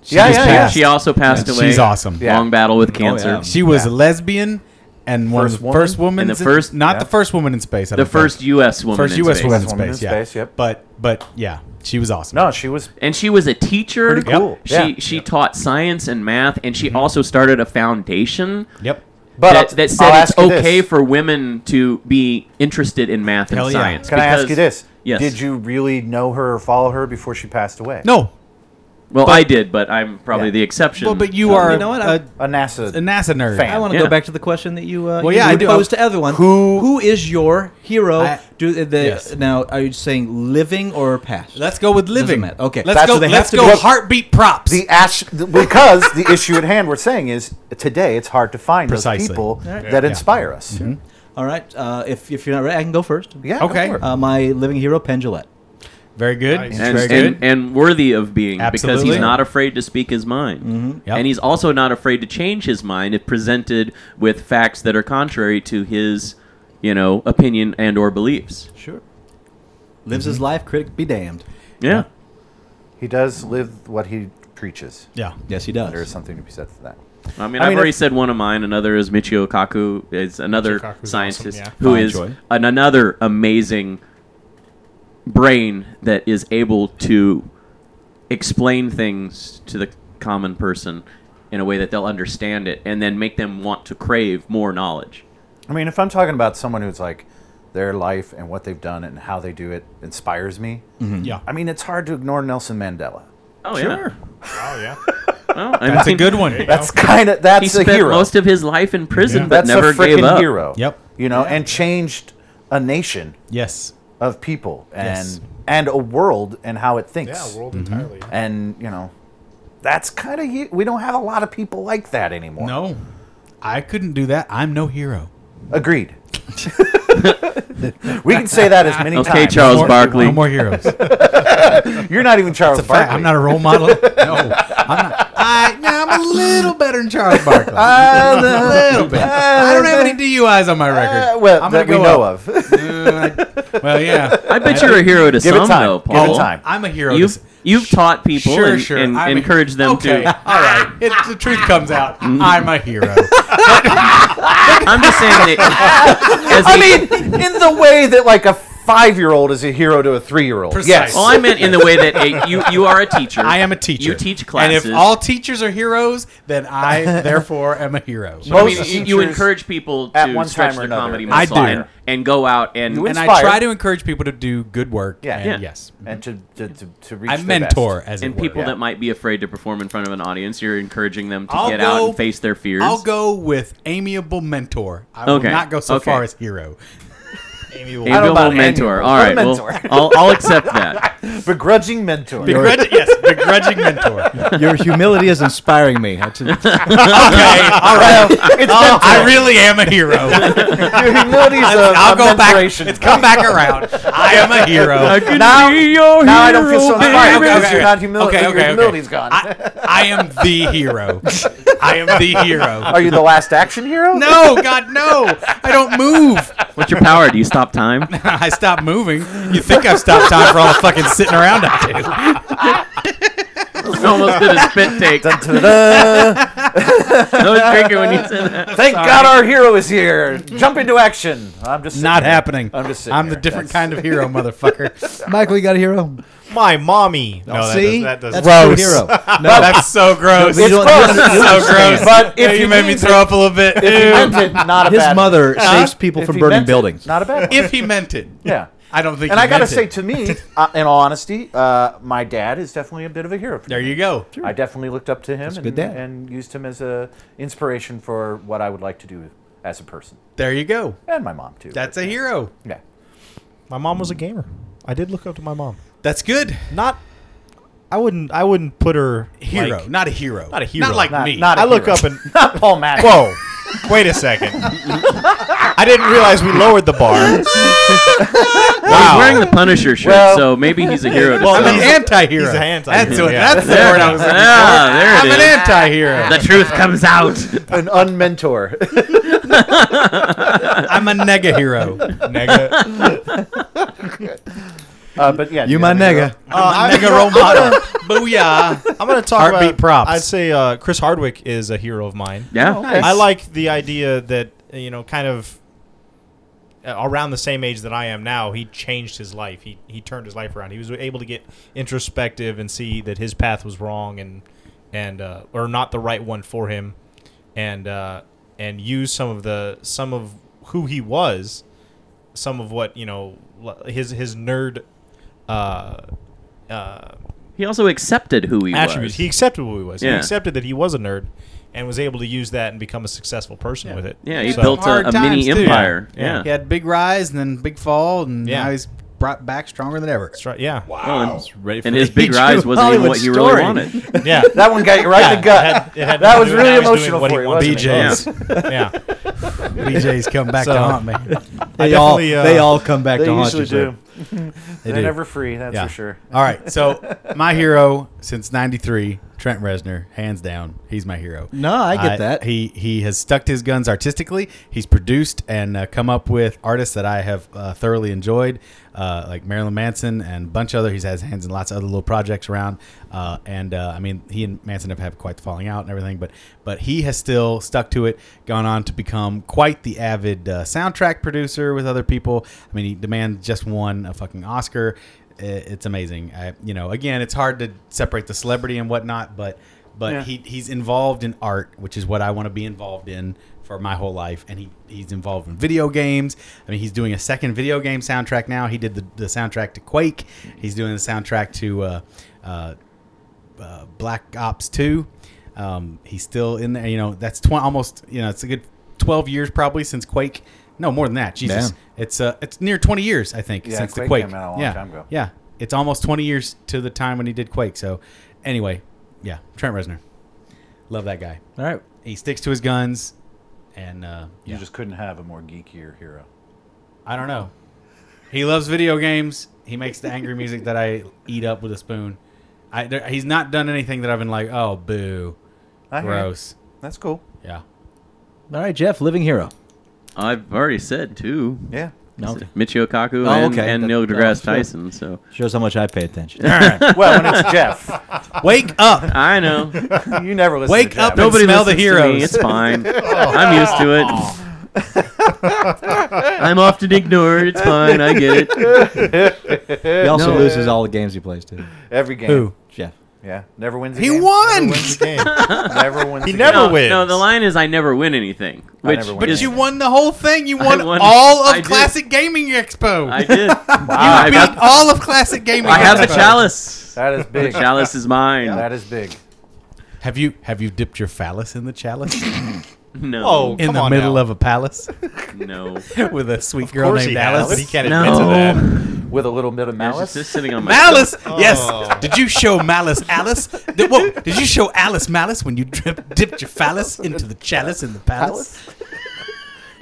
S6: She
S2: Yeah,
S6: just
S2: yeah, yeah.
S6: passed.
S3: She also passed away.
S6: She's awesome.
S2: Yeah.
S3: Long battle with cancer.
S4: yeah.
S6: She was a lesbian and one
S2: First
S6: of the
S2: woman.
S6: first women.
S3: And the first-
S6: not
S2: yeah.
S6: the first woman in space. I
S3: the
S6: don't
S3: first
S6: think.
S3: U.S. woman.
S6: first
S3: in
S6: U.S.
S3: space.
S6: woman in
S2: First
S6: space.
S2: woman in
S6: yeah.
S2: space, yep.
S6: But but yeah, she was awesome.
S2: No, she was.
S3: And she was a teacher.
S2: Pretty cool.
S3: She
S2: Yeah. Mm-hmm.
S3: she taught science and math, and she also started a foundation
S6: Yep.
S2: But
S3: that,
S2: I'll-
S3: that
S2: Uh, I'll
S3: said it's
S2: ask you this.
S3: okay for women to be interested in math and
S6: Hell yeah.
S3: science.
S2: Can I ask you
S3: because-
S2: this?
S3: Yes.
S2: Did you really know her or follow her before she passed away?
S6: No.
S3: Well, I did, but I'm probably
S2: Yeah.
S3: the exception. Um,
S6: Well, but you
S4: Well,
S6: are
S4: you know what?
S6: a,
S2: A NASA.
S6: a NASA nerd.
S2: Fan.
S4: I want to
S3: Yeah.
S4: go back to the question that you uh,
S6: Well,
S4: you
S6: yeah, I do.
S4: posed to everyone.
S6: Who-
S4: who is your hero?
S6: I-
S4: do uh, the
S6: Yes.
S4: now? Are you saying living or past?
S6: Let's go with living.
S4: matter. Okay.
S6: Let's
S4: That's
S6: go.
S4: what they have
S6: Let's
S4: to
S6: go.
S4: be.
S6: Heartbeat props.
S2: the ash th- because the issue at hand we're saying is today it's hard to find
S6: Precisely. Mm-hmm.
S2: those people
S4: Yeah.
S2: that inspire us.
S4: All right. Uh, if if you're not ready, I can go first.
S2: Yeah. go
S6: Okay.
S2: for it.
S4: Uh, my living hero, Penn Jillette.
S6: Very good.
S5: Nice.
S3: and,
S6: Very
S3: and,
S6: good.
S3: and worthy of being because
S6: Absolutely.
S3: he's not afraid to speak his mind.
S2: Mm-hmm.
S6: Yep.
S3: And he's also not afraid to change his mind if presented with facts that are contrary to his, you know, opinion and or beliefs.
S4: Sure. Lives
S6: Mm-hmm.
S4: his life, critic be damned.
S3: Yeah.
S2: He does live what he preaches.
S6: yeah.
S4: Yes, he
S2: There is
S4: does.
S2: something to be said for that.
S3: I mean,
S2: I
S3: I have
S2: mean,
S3: already
S2: if-
S3: said one of mine. Another is Michio Kaku. Is another
S5: Michio Kaku's
S3: scientist
S5: awesome, yeah.
S3: who
S4: Fine
S3: is
S4: choice.
S3: an, another amazing brain that is able to explain things to the common person in a way that they'll understand it and then make them want to crave more knowledge.
S2: I mean, if I'm talking about someone who's like their life and what they've done and how they do it inspires me.
S6: Yeah.
S2: I mean, it's hard to ignore Nelson Mandela.
S3: Oh
S5: Oh yeah.
S3: yeah, well, I
S6: That's a
S3: mean,
S6: good one.
S2: That's kind of
S3: He
S2: that's a
S3: spent
S2: hero.
S3: most of his life in prison,
S6: Yeah.
S3: but
S2: that's
S3: never
S2: a
S3: gave
S2: freaking
S3: up.
S2: hero.
S6: Yep.
S2: You know, and changed a nation
S6: Yes.
S2: of people and
S6: Yes. Mm-hmm.
S2: and a world and how it thinks.
S5: Yeah. World entirely.
S2: and you know that's kind of we don't have a lot of people like that anymore
S6: No. I couldn't do that. I'm no hero.
S2: agreed we can say that as many
S3: Okay,
S2: times
S3: Charles
S6: More-
S3: Barkley.
S6: No more heroes.
S2: you're not even charles
S6: Fact,
S2: Barkley.
S6: I'm not a role model. No. I'm not. I, no, I'm a little better than Charles Barkley.
S2: Uh,
S6: a little bit. I don't have any DUIs on my record.
S2: uh, well
S6: I'm
S2: that
S6: gonna
S2: we
S6: go
S2: know
S6: up.
S2: of
S6: Uh, I- well, yeah. Oh,
S3: I bet you're a hero to
S2: Give it
S3: some,
S2: time.
S3: though,
S2: Give it
S3: Paul.
S2: time.
S6: I'm a hero.
S3: You've
S6: to s-
S3: you've taught people
S6: sure,
S3: and,
S6: sure.
S3: and
S6: I'm a-
S3: encouraged them
S6: okay.
S3: to. Mm-hmm.
S6: All right. It's, the truth comes out. I'm a hero.
S3: I'm just saying that. as
S2: i
S3: a-
S2: mean in the way that like a five-year-old is a hero to a three-year-old.
S6: Precise.
S2: Yes.
S3: Well, I meant in the way that a, you you are a teacher.
S6: I am a teacher.
S3: You teach classes.
S6: And if all teachers are heroes, then I, therefore, am a hero.
S3: I mean,
S2: Most
S3: you, you
S2: teachers
S3: encourage people
S2: at
S3: to
S2: one
S3: stretch
S2: time or
S3: their
S2: another
S3: comedy
S2: inspire.
S3: muscle
S6: I do.
S3: and, and go out and,
S2: You
S3: and
S6: and I
S2: inspire.
S6: try to encourage people to do good work.
S2: Yeah.
S6: And
S2: Yeah.
S6: Yes.
S2: and to to to, to reach
S6: I
S2: their
S6: mentor,
S2: best.
S6: as it
S3: and
S6: were.
S3: people
S2: Yeah.
S3: that might be afraid to perform in front of an audience, you're encouraging them to
S6: I'll
S3: get out
S6: go-
S3: and face their fears.
S6: I'll go with amiable mentor. I
S3: Okay.
S6: will not go so
S3: Okay.
S6: far as hero. amiable.
S2: don't know
S3: Amiable
S2: about
S3: mentor.
S2: amiable,
S3: All
S2: but
S3: right, well,
S2: mentor.
S3: I'll, I'll accept that.
S2: begrudging mentor.
S6: Begrudging, yes, begrudging mentor.
S4: Your humility is inspiring me. That's-
S6: Okay, all right.
S2: it's
S6: Oh, I really am a hero.
S2: mentor. Your humility's a,
S6: I'll
S2: a
S6: go back.
S2: uh, mentoration.
S6: It's come back around. I am a hero.
S3: could
S2: Now-
S3: be your
S2: Now I don't feel so
S3: hero,
S2: inspired
S6: okay,
S2: because
S6: okay,
S2: you're not
S6: okay.
S2: humili-
S6: Okay,
S2: your
S6: okay, okay.
S2: humility's gone.
S6: I, I am the hero. I am the hero.
S2: Are you the last action hero?
S6: No, God, no. I don't move.
S3: What's your power? Do you stop time?
S6: I stopped moving. You think I've stopped time for all the fucking sitting around I do.
S3: almost did a spit take.
S2: Dun, dun, dun.
S3: I was drinking when you said that.
S2: Thank God our hero is here. Jump into action. I'm just sitting
S6: Not
S2: here.
S6: happening.
S2: I'm just sitting
S6: I'm the
S2: here.
S6: different
S2: That's-
S6: kind of hero, motherfucker.
S4: Michael, you got a hero?
S5: My mommy. No, that
S4: See?
S5: does- that does,
S4: That's
S5: not
S4: a
S6: Gross.
S4: true hero.
S6: No, that's so gross.
S4: We
S2: It's
S4: don't-
S2: close.
S4: we don't-
S6: so gross.
S2: But if
S6: Yeah,
S2: he
S6: you made me
S2: means
S6: throw up a little bit.
S2: If he meant
S6: Ew.
S2: it, not a
S4: His
S2: bad
S4: mother
S2: one.
S4: saves people
S2: If
S4: from
S2: he
S4: burning
S2: meant it,
S4: buildings.
S2: Not a bad one.
S6: If he meant it.
S2: Yeah.
S6: I don't think.
S2: And
S6: he
S2: I gotta
S6: meant
S2: say,
S6: it.
S2: to me, uh, in all honesty, uh, my dad is definitely a bit of a hero. For
S6: there
S2: me.
S6: you go.
S2: I definitely looked up to him
S4: a
S2: and,
S4: good dad.
S2: and used him as a inspiration for what I would like to do as a person,
S6: There you go.
S2: and my mom too.
S6: That's a hero.
S2: yeah.
S5: My mom was a gamer. I did look up to my mom.
S6: That's good.
S5: Not. I wouldn't. I wouldn't put her
S6: Hero,
S5: like-
S6: not a hero.
S5: Not a hero.
S6: Not like
S2: Not,
S6: me.
S2: not a
S5: I look
S2: hero.
S5: up and
S2: not Paul Maddox.
S5: whoa. Wait a second. I didn't realize we lowered the bar.
S3: He's
S5: wow.
S3: wearing the Punisher shirt,
S2: Well-
S3: so maybe he's a hero to
S5: Well,
S6: I'm
S3: some.
S6: an
S5: he's-
S6: anti-hero.
S5: he's an
S6: That's,
S5: anti-hero,
S6: what,
S5: yeah.
S6: that's the word I was looking for.
S3: Ah,
S6: I'm
S3: there
S6: an
S3: it is.
S6: anti-hero.
S3: The truth comes out.
S2: an unmentor.
S6: I'm a nega hero.
S5: Nega.
S2: uh, but yeah,
S4: You my
S2: have a hero?
S4: nigga.
S5: Uh,
S6: Nega role model. Booyah.
S5: I'm going to talk
S6: Heartbeat
S5: about.
S6: props.
S5: I'd say uh, Chris Hardwick is a hero of mine.
S3: Yeah.
S5: I like the idea that uh, you know, kind of uh, around the same age that I am now, he changed his life. He he turned his life around. He was able to get introspective and see that his path was wrong and and uh, or not the right one for him, and uh, and use some of the some of who he was, some of what you know l- his his nerd. Uh, uh,
S3: He also accepted who he
S5: attributes.
S3: was.
S5: He accepted who he was.
S3: Yeah.
S5: He accepted that he was a nerd, and was able to use that and become a successful person with it.
S3: Yeah, he
S5: So-
S3: built
S6: hard
S3: a, a mini
S6: times, too.
S3: empire.
S5: Yeah.
S3: Yeah.
S6: He had big rise and then big fall, and
S5: Yeah.
S6: now he's brought back stronger than ever.
S5: That's right, Yeah. Wow.
S3: Well, Oh, and-
S4: Ready for
S3: and
S4: the
S3: his big
S4: true
S3: rise wasn't even
S4: Hollywood
S3: what he
S4: story.
S3: really wanted.
S5: Yeah.
S2: That one got you right in the gut. that was really emotional for you, wasn't it?
S3: Yeah.
S5: BJ's. Yeah.
S6: BJ's come back
S5: So-
S6: to haunt me.
S4: They all,
S5: definitely, uh,
S4: they all come back
S2: They
S4: to haunt you.
S2: usually
S4: sir.
S2: do. They are
S6: do.
S2: never free, that's for sure.
S6: All right. So my hero since '93, Trent Reznor, hands down, he's my hero.
S4: No, I get that.
S6: He he has stuck to his guns artistically. He's produced and uh, come up with artists that I have uh, thoroughly enjoyed, uh, like Marilyn Manson and a bunch of other. He's had his hands in lots of other little projects around. Uh, and uh, I mean, he and Manson have had quite the falling out and everything, but but he has still stuck to it. Gone on to become quite the avid uh, soundtrack producer with other people. I mean, he, the man just won a fucking Oscar. I- It's amazing. I, you know, again, it's hard to separate the celebrity and whatnot, but but
S2: Yeah.
S6: he he's involved in art, which is what I want to be involved in for my whole life. And he, he's involved in video games. I mean, he's doing a second video game soundtrack now. He did the, the soundtrack to Quake. He's doing the soundtrack to uh, uh, uh, Black Ops Two. Um, he's still in there. You know, that's tw- almost you know it's a good twelve years probably since Quake. No, more than that. Jesus, it's uh, it's near twenty years I think
S2: Yeah,
S6: since the
S2: Quake
S6: Quake.
S2: came out a long
S6: yeah,
S2: time ago.
S6: yeah, it's almost twenty years to the time when he did Quake. So, anyway, yeah, Trent Reznor, love that guy.
S4: All right.
S6: He sticks to his guns, and uh,
S2: You
S6: yeah.
S2: just couldn't have a more geekier hero.
S6: I don't know. He loves video games. He makes the angry music that I eat up with a spoon. I, there, he's not done anything that I've been like, oh, boo,
S2: I hear you.
S6: gross.
S2: That's cool.
S6: Yeah.
S4: All right, Jeff, living hero.
S3: I've already said two.
S2: Yeah.
S4: No,
S3: Michio Kaku
S4: Oh,
S3: and,
S4: okay.
S3: and
S4: That-
S3: Neil
S4: that was
S3: deGrasse
S4: fair.
S3: Tyson. So
S4: shows how much I pay attention.
S2: Well, when it's Jeff,
S6: Wake up.
S3: I know
S2: you never listen
S6: Wake
S2: to Jeff.
S6: up and
S3: nobody
S6: smell the
S3: listens to me.
S6: heroes.
S3: It's fine. I'm used to it. I'm often ignored. It's fine. I get it.
S4: He also
S3: No.
S4: loses all the games he plays too.
S2: Every game.
S5: Who?
S4: Jeff.
S2: Yeah. Never wins. A
S5: He
S2: game.
S5: won. the game.
S2: Never wins.
S5: He
S2: a
S5: never
S2: game.
S3: No,
S5: wins.
S3: no, the line is I never win anything.
S2: I
S3: Which
S2: never win
S3: but
S2: anything.
S6: You won the whole thing. You
S3: I
S6: won,
S3: won-
S6: all of
S3: I did.
S6: Classic Gaming Expo.
S3: I did.
S2: I
S6: beat
S3: got-
S6: all of Classic Gaming.
S3: Ah, I have
S6: Expo.
S3: the chalice.
S2: That is
S3: The
S2: big.
S3: chalice is mine.
S2: That is big.
S6: Have you have you dipped your phallus in the chalice
S3: No.
S5: Oh,
S6: in
S5: come
S6: the
S5: on
S6: middle
S5: now.
S6: of a palace
S3: no.
S6: with a sweet
S5: Of
S6: girl
S5: course
S6: named
S5: he has,
S6: Alice?
S5: but he can't admit to that.
S3: No.
S2: With a little bit of
S3: It's just,
S2: malice.
S3: just sitting on my
S6: Malice. Yes. Oh. Did you show Malice Alice? Did, whoa, did you show Alice Malice when you drip, dipped your phallus into the chalice in the palace?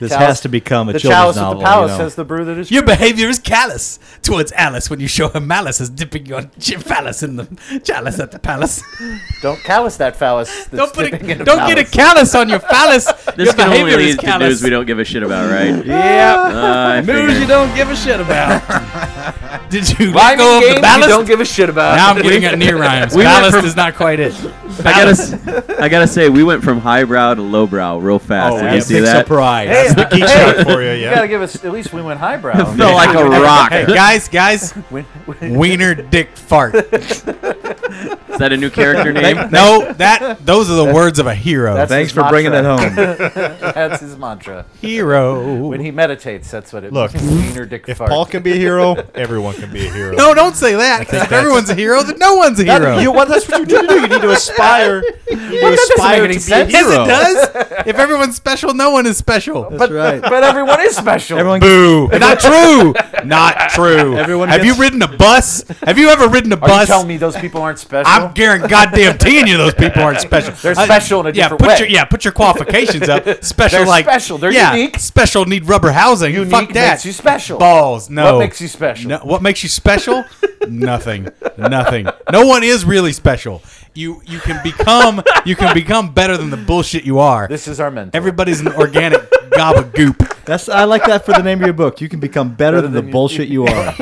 S4: This
S2: Chalice-
S4: has to become a
S2: The
S4: children's
S2: chalice
S4: novel.
S2: of the palace
S4: you know.
S2: says the brew that is.
S6: Your behavior is callous towards Alice when you show her malice as dipping your ch- phallus in the chalice at the palace.
S2: Don't callous that phallus.
S6: don't
S2: that's
S6: put
S2: dipping
S6: a,
S2: in the
S6: don't get a
S2: palace.
S6: callus on your phallus.
S3: This
S6: your
S3: can only
S6: behavior is
S3: lead to
S6: callous.
S3: news we don't give a shit about, right?
S2: Yeah.
S3: Uh, I
S6: News you
S3: figured.
S6: don't give a shit about. Did you
S2: Rhyming
S6: let go of
S2: games
S6: the
S2: you don't
S6: ballast?
S2: give a shit about.
S6: Now I'm getting at near rhymes.
S3: We went
S6: ballast
S3: from-
S6: is not quite it.
S3: I gotta, s- I gotta say, we went from highbrow to lowbrow real
S6: Oh,
S3: fast. Did you see
S4: Big
S3: that?
S4: surprise.
S2: Hey,
S5: That's the key
S2: hey,
S5: shot for you,
S2: You gotta
S5: yeah.
S2: give us. At least we went highbrow.
S3: Felt like a rock.
S6: Hey, guys, guys,
S2: When- when-
S6: wiener dick fart.
S3: Is that a new character name?
S6: no, that those are the words of a hero.
S2: That's
S4: Thanks
S2: his
S4: for bringing that
S2: mantra.
S4: home.
S2: That's his mantra.
S6: hero.
S2: When he meditates, that's what it.
S5: Look,
S2: wiener dick
S5: If
S2: fart.
S5: Paul can be a hero, everyone can be a hero.
S6: no, don't say that. 'cause if everyone's a hero, then no one's a hero.
S5: You, well, that's what you need to do. You need to aspire. You
S2: doesn't make
S5: aspire
S2: any
S5: to be a
S2: sense.
S6: yes,
S5: hero.
S6: it does. If everyone's special, no one is special.
S4: That's right.
S2: but everyone is special.
S4: Everyone
S6: Boo! Not true. Not true.
S4: Everyone
S6: Have
S4: gets-
S6: you ridden a bus? Have you ever ridden a
S2: Are you
S6: bus?
S2: telling me those people aren't special?
S6: I'm guaranteeing goddamn teeing you those people aren't special. Uh,
S2: They're special in a
S6: yeah,
S2: different
S6: put
S2: way.
S6: Your, yeah, put your qualifications up. Special
S2: They're
S6: like
S2: special. They're
S6: yeah,
S2: unique.
S6: Special need rubber housing.
S2: Unique
S6: Fuck that.
S2: makes you special.
S6: Balls. No.
S2: What makes you special?
S6: No, what makes you special? Nothing. Nothing. No one is really special. You you can become you can become better than the bullshit you are.
S2: This is our mentor.
S6: Everybody's an organic gobbledygook.
S4: That's I like that for the name of your book. You can become better than the bullshit you are.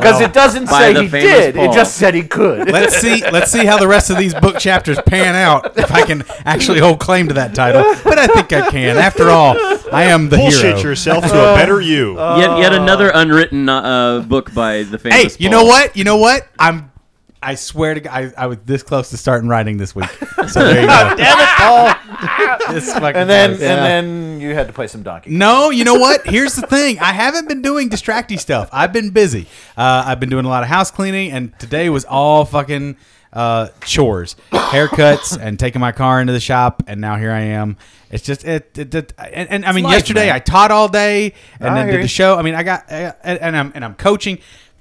S2: Because it doesn't
S3: By
S2: say
S3: the
S2: he
S3: famous
S2: did. It
S3: Paul.
S2: just said he could.
S6: Let's see let's see how the rest of these book chapters pan out. If I can actually hold claim to that title, but I think I can. After all, I am the
S5: Bullshit
S6: hero.
S5: yourself to a better you.
S3: Yet, yet another unwritten uh, book by the famous.
S6: Hey, you
S3: Paul.
S6: know what? You know what? I'm. I swear to God, I, I was this close to starting writing this week. So there you go. Damn it, Paul. this fucking
S2: And then
S6: close.
S2: and then you had to play some donkey.
S6: No, you know what? Here's the thing. I haven't been doing distracty stuff. I've been busy. Uh, I've been doing a lot of house cleaning, and today was all fucking uh, chores, haircuts, and taking my car into the shop. And now here I am. It's just it. it, it- and, and I mean,
S3: life,
S6: yesterday
S3: man.
S6: I taught all day, and
S2: I
S6: then
S2: hear
S6: did
S2: you.
S6: the show. I mean, I got I- and, and I'm and I'm coaching.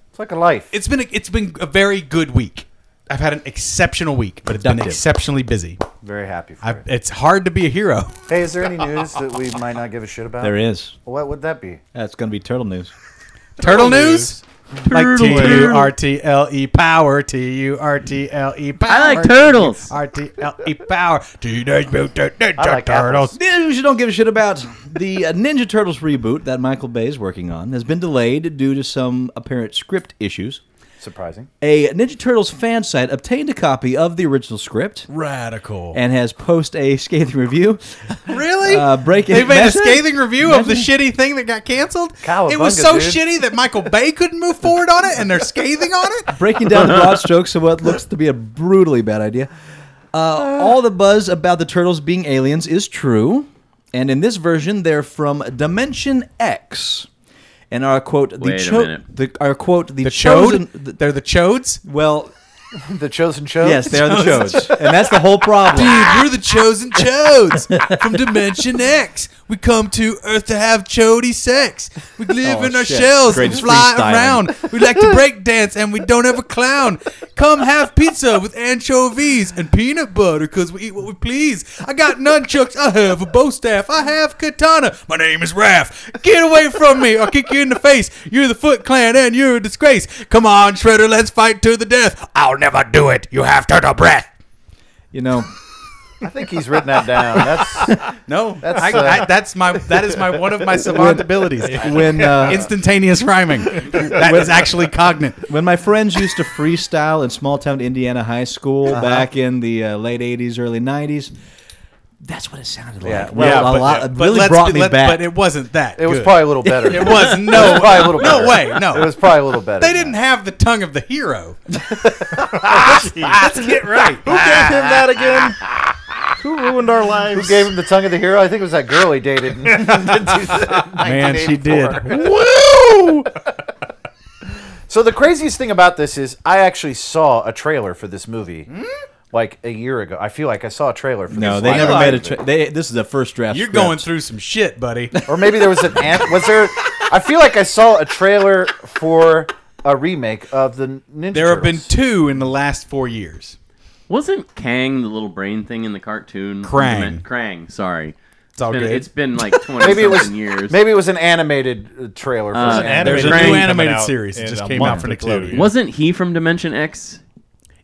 S2: It's like a life.
S6: It's been a, it's been a very good week. I've had an exceptional week, but it's been
S4: Productive.
S6: exceptionally busy.
S2: Very happy for
S6: I,
S2: it.
S6: it's hard to be a hero.
S2: Hey, is there any news that we might not give a shit about?
S4: There is.
S2: What would that be?
S4: That's going to be turtle news.
S6: Turtle news. Like T U
S3: turtle.
S6: R T L E power. T U R T L E power.
S3: I like turtles.
S6: R T L E power. Teenage Mutant Ninja
S2: I like
S6: Turtles.
S4: News you don't give a shit about. The uh, Ninja Turtles reboot that Michael Bay is working on has been delayed due to some apparent script issues.
S2: Surprising.
S4: A Ninja Turtles fan site obtained a copy of the original script
S6: Radical.
S4: and has post a scathing review.
S6: really?
S4: Uh, break
S6: they
S4: it-
S6: made a
S4: Imagine-
S6: scathing review of the shitty thing that got canceled.
S2: Cowabunga,
S6: it was so
S2: dude.
S6: shitty that Michael Bay couldn't move forward on it, and they're scathing on it.
S4: breaking down the broad strokes of what looks to be a brutally bad idea. Uh, all the buzz about the turtles being aliens is true, and in this version, they're from Dimension X, and are quote the
S3: Wait a
S4: cho-
S3: minute.
S4: the are quote the,
S6: The
S4: chosen.
S6: chode.
S4: the-
S6: they're the chodes.
S4: well,
S2: The chosen show.
S4: yes, they are the chodes, and that's the whole problem.
S6: Dude, we're the chosen chodes from Dimension X. We come to Earth to have chody sex. We live
S4: Oh,
S6: in our
S4: shit.
S6: shells
S4: Great
S6: and fly
S4: freestyling.
S6: around. We like to break dance and we don't have a clown. Come have pizza with anchovies and peanut butter because we eat what we please. I got nunchucks. I have a bow staff. I have katana. My name is Raph. Get away from me. I'll kick you in the face. You're the Foot Clan and you're a disgrace. Come on, Shredder, let's fight to the death. I'll never do it. You have turtle breath.
S4: You know,
S2: I think he's written that down. That's
S6: No, that's I,
S2: uh,
S6: I, that's my that is my one of my savant abilities.
S4: when uh,
S6: Instantaneous rhyming. That is actually cognate.
S4: when my friends used to
S6: Uh-huh.
S4: freestyle in small town Indiana high school back in the uh, late '80s, early '90s, That's what it sounded
S2: Yeah,
S4: like.
S2: well,
S4: yeah, a
S6: but-
S4: lot,
S6: but
S4: it really
S6: let's
S4: brought
S6: be-
S4: me
S6: let-
S4: back.
S6: But it wasn't that.
S2: It was
S6: good.
S2: probably a little better.
S6: It was
S2: It
S6: no.
S2: was probably a little better.
S6: no way. No.
S2: It was probably a little better.
S6: they
S2: than
S6: didn't
S2: that.
S6: have the tongue of the hero.
S5: Let's get right.
S6: Who gave him that again?
S5: Who ruined our
S2: Who
S5: lives?
S2: gave him the tongue of the hero? I think it was that girl he dated. in
S6: Man, she
S2: 1984.
S6: did.
S5: Woo!
S2: So the craziest thing about this is I actually saw a trailer for this movie
S6: Hmm?
S2: like a year ago. I feel like I saw a trailer for
S4: no,
S2: this.
S4: they
S2: live
S4: never
S2: action
S4: made a.
S2: movie.
S4: Tra- they, this is the first draft.
S6: You're
S4: script.
S6: going through some shit, buddy.
S2: or maybe there was an ant. Was there? I feel like I saw a trailer for a remake of the Ninja
S6: There have been
S2: Turtles.
S6: two in the last four years.
S3: Wasn't Kang the little brain thing in the cartoon?
S6: Krang.
S3: Krang. Sorry. It's
S6: all
S3: been,
S6: good.
S3: It's been like twenty
S2: Maybe it was.
S3: years.
S2: Maybe it was an animated uh, trailer. For an
S5: an
S6: There's
S2: animated.
S6: a
S5: Krang
S6: new
S5: coming
S6: animated
S5: out
S6: series that
S5: in
S6: just
S5: a
S6: came out
S5: month,
S6: for
S5: Nickelodeon.
S6: Nickelodeon.
S3: Wasn't he from Dimension X?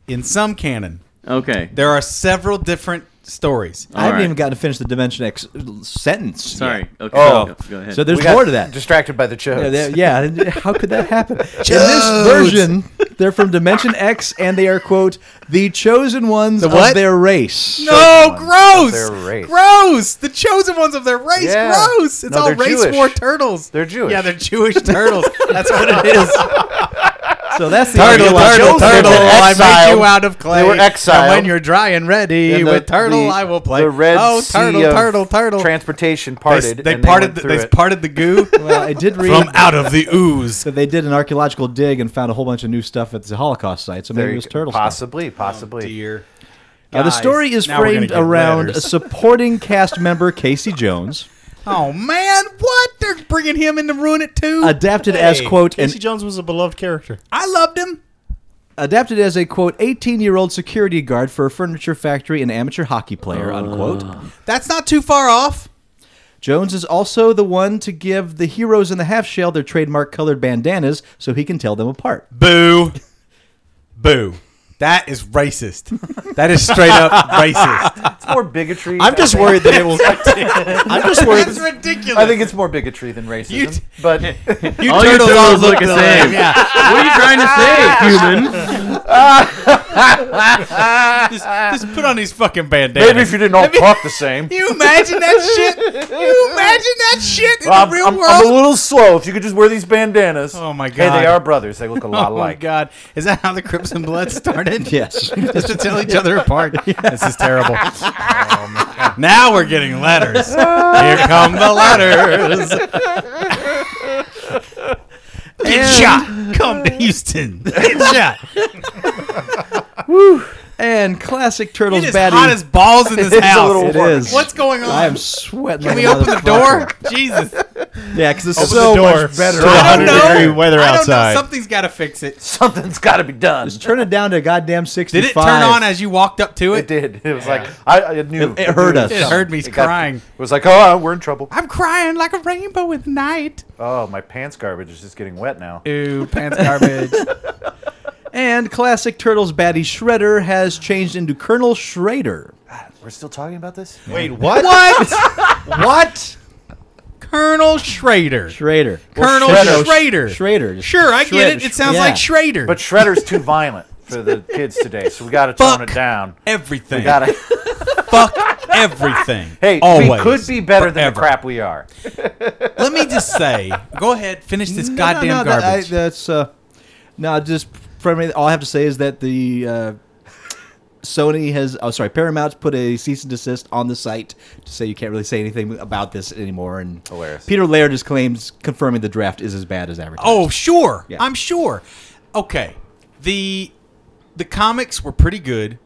S6: In some canon,
S3: Okay.
S6: there are several different stories.
S4: I haven't
S3: Alright.
S4: even gotten to finish the Dimension X sentence.
S3: Sorry.
S4: yet.
S3: Okay.
S2: Oh.
S3: Go, go ahead.
S4: So there's
S2: We got
S4: more to that.
S2: Distracted by the chokes.
S4: Yeah, they- yeah, how could that happen? In this version, they're from Dimension X, and they are quote the chosen ones
S6: The what?
S4: of their race.
S2: ones
S6: No,
S2: of their
S6: gross,
S2: race.
S6: gross. The chosen ones of their race,
S2: Yeah.
S6: gross. It's
S2: No,
S6: all
S2: they're
S6: race
S2: Jewish.
S6: war turtles.
S2: They're Jewish.
S6: Yeah, they're Jewish turtles. That's what it is.
S4: So that's the
S6: turtle,
S4: idea behind
S6: turtle, turtle,
S4: the
S2: They've been
S6: I make
S2: exiled.
S6: you out of clay.
S2: They were
S6: And
S2: exiled.
S6: when you're dry and ready,
S2: And the-
S6: with
S2: the-
S6: turtle, I will play.
S2: The red
S6: oh,
S2: sea
S6: turtle,
S2: of
S6: turtle, turtle.
S2: Transportation
S6: They-
S2: parted.
S6: they
S2: and
S6: parted.
S2: went
S6: the,
S2: through
S6: they
S2: it.
S6: parted the goo
S4: Well, I did read
S6: from out of the ooze.
S4: that they did an archaeological dig and found a whole bunch of new stuff at the Holocaust site. So
S2: There
S4: maybe it
S2: you
S4: was
S2: go.
S4: turtle stuff.
S2: Possibly, possibly.
S6: Oh, Dear.
S4: Uh, the
S6: Guys,
S4: story is
S6: now we're gonna
S4: framed
S6: get
S4: around
S6: letters.
S4: a supporting cast member Casey Jones,
S6: Oh man, what? They're bringing him in to ruin it too.
S4: adapted as
S5: Hey,
S4: quote an
S5: Casey Jones was a beloved character.
S6: I loved him.
S4: adapted as a quote 18 year old security guard for a furniture factory and amateur hockey player unquote
S6: That's not too far off.
S4: jones is also the one to give the heroes in the half shell their trademark colored bandanas so he can tell them apart
S6: Boo. Boo. That is racist. That is straight up racist.
S2: It's more bigotry.
S5: I'm just
S2: I think.
S5: worried that it will. I'm just worried.
S6: That's ridiculous.
S2: I think it's more bigotry than racism.
S6: You t-
S2: but
S6: you
S3: All you turtles
S6: turtles all
S3: look
S6: look
S3: the
S6: the
S3: same.
S6: same. Yeah.
S3: what are you trying to say, human?
S6: Just, just put on these fucking bandanas.
S2: maybe if you didn't all talk the same.
S6: you imagine that shit? You imagine that shit in
S2: Well,
S6: the
S2: I'm,
S6: real
S2: I'm-
S6: world?
S2: I'm a little slow. If you could just wear these bandanas.
S6: Oh, my
S2: Hey,
S6: God.
S2: they are brothers. They look a lot
S6: oh my
S2: alike.
S6: god! Is that how the Crips and Bloods started?
S4: yes
S6: just to tell each other apart. This is terrible. now we're getting letters. Here come the letters. Get shot. Come to Houston. Get shot.
S4: and classic
S6: It
S4: turtles
S6: is
S4: baddie
S6: hot as balls in this
S2: It's a
S6: house.
S2: little
S4: it
S2: warm.
S4: is
S6: What's going on?
S4: i am sweating like
S6: Can we
S4: a
S6: open the door?
S4: motherfucker.
S6: Jesus.
S4: yeah because it's
S5: Open
S4: so
S5: the door
S4: much better
S5: to the
S6: I don't
S5: 100 degree
S6: know.
S5: weather
S6: I don't
S5: outside.
S6: know. Something's got to fix it.
S2: Something's got to be done.
S4: Just turn it down to goddamn 65
S6: Did it turn on as you walked up to
S2: It
S6: it?
S2: did. It was like I, I knew.
S4: It- it hurt us.
S6: It heard me
S2: It got-
S6: crying.
S2: It was like, oh, we're in trouble.
S6: I'm crying like a rainbow at night.
S2: Oh, my pants garbage is just getting wet now.
S6: Ooh, pants garbage.
S4: and classic turtles baddie shredder has changed into colonel schrader
S2: We're still talking about this?
S5: Wait, what?
S6: what?
S4: what
S6: Colonel Schrader.
S4: schrader
S6: Colonel
S2: Shredder.
S6: Schrader.
S4: Schrader.
S6: Sure, I get
S4: Shredder.
S6: it. It sounds
S4: Yeah.
S6: like Schrader.
S2: But Shredder's too violent for the kids today, so we got to
S6: Fuck.
S2: tone it down.
S6: everything.
S2: We got to.
S6: fuck everything.
S2: Hey,
S6: always.
S2: we could be better than the
S6: Forever.
S2: crap we are.
S6: Let me just say, go ahead, finish this goddamn
S4: no, no, that-
S6: garbage.
S4: I, that's uh, no, just primarily all I have to say is that the uh, Sony has, oh sorry, Paramount's put a cease and desist on the site to say you can't really say anything about this anymore. And
S2: Hilarious.
S4: Peter Laird just claims confirming the draft is as bad as advertised.
S6: oh, sure.
S4: Yeah.
S6: I'm sure. Okay. The the comics were pretty good,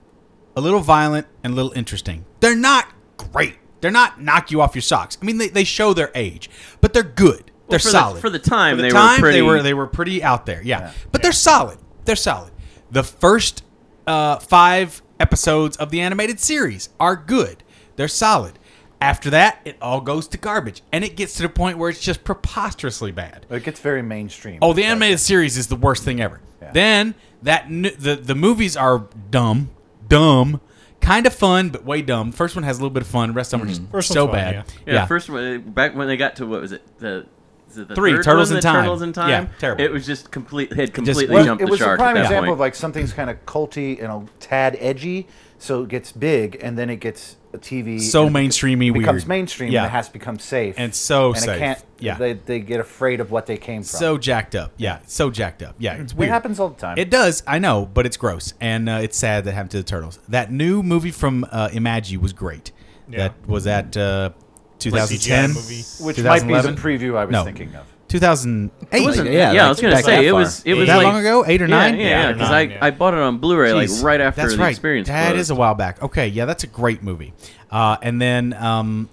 S6: a little violent and a little interesting. They're not great. They're not knock you off your socks. I mean, they, they show their age, but they're good. They're
S3: for the-
S6: solid
S3: for the time,
S6: For the
S3: they were
S6: time, They
S3: pretty-
S6: were they were pretty out there. Yeah, but they're solid. They're solid. The first uh, five episodes of the animated series are good. They're solid. After that, it all goes to garbage, and it gets to the point where it's just preposterously bad.
S2: It gets very mainstream.
S6: Oh, the animated series is the worst thing ever. Then that n- the the movies are dumb, dumb, kind of fun but way dumb. First one has a little bit of fun. Rest of them are
S3: Mm-hmm.
S6: just
S5: First
S6: so
S5: one's fun,
S6: bad.
S3: Yeah, First, one- back when they got to what was it? The, is it the
S6: Three,
S3: third
S6: Turtles
S3: one,
S6: in
S3: the
S6: Time.
S3: Turtles in
S6: Yeah,
S3: Time.
S6: terrible.
S3: It was just complete. It completely
S2: Well,
S3: jumped
S2: it
S3: the
S2: was a
S3: shark.
S2: prime
S3: at that
S2: example
S3: point.
S2: of like something's kind of culty and a tad edgy, so it gets big, and then it gets TV
S6: so
S2: and
S6: mainstreamy weird.
S2: becomes mainstream.
S6: Yeah.
S2: and it has to become safe
S6: And so
S2: and It
S6: safe.
S2: can't,
S6: Yeah.
S2: they, they get afraid of what they came from.
S6: so jacked up. Yeah, so jacked up. Yeah, it's
S2: it
S6: weird.
S2: happens all the time.
S6: It does, I know, but it's gross, and uh, it's sad that happened to the turtles. That new movie from uh, Imagi was great.
S5: Yeah.
S6: That was that uh,
S5: CGI
S6: 2010
S5: movie.
S2: which might be the
S6: 2011?
S2: preview I was
S6: No.
S2: thinking of.
S6: 2008.
S3: It wasn't. Yeah,
S4: yeah, like
S3: I was gonna
S4: back
S3: say
S2: that
S3: it
S2: far.
S3: was. It was
S6: that
S3: like,
S6: long ago, eight or
S3: Yeah,
S6: nine.
S3: Yeah, yeah,
S5: or
S3: because
S5: nine,
S3: I,
S5: yeah.
S3: I bought it on Blu-ray
S6: Jeez.
S3: like right after
S6: That's
S3: the
S6: right.
S3: experience.
S6: That
S3: closed.
S6: is a while back. Okay, yeah, that's a great movie. Uh, and then um,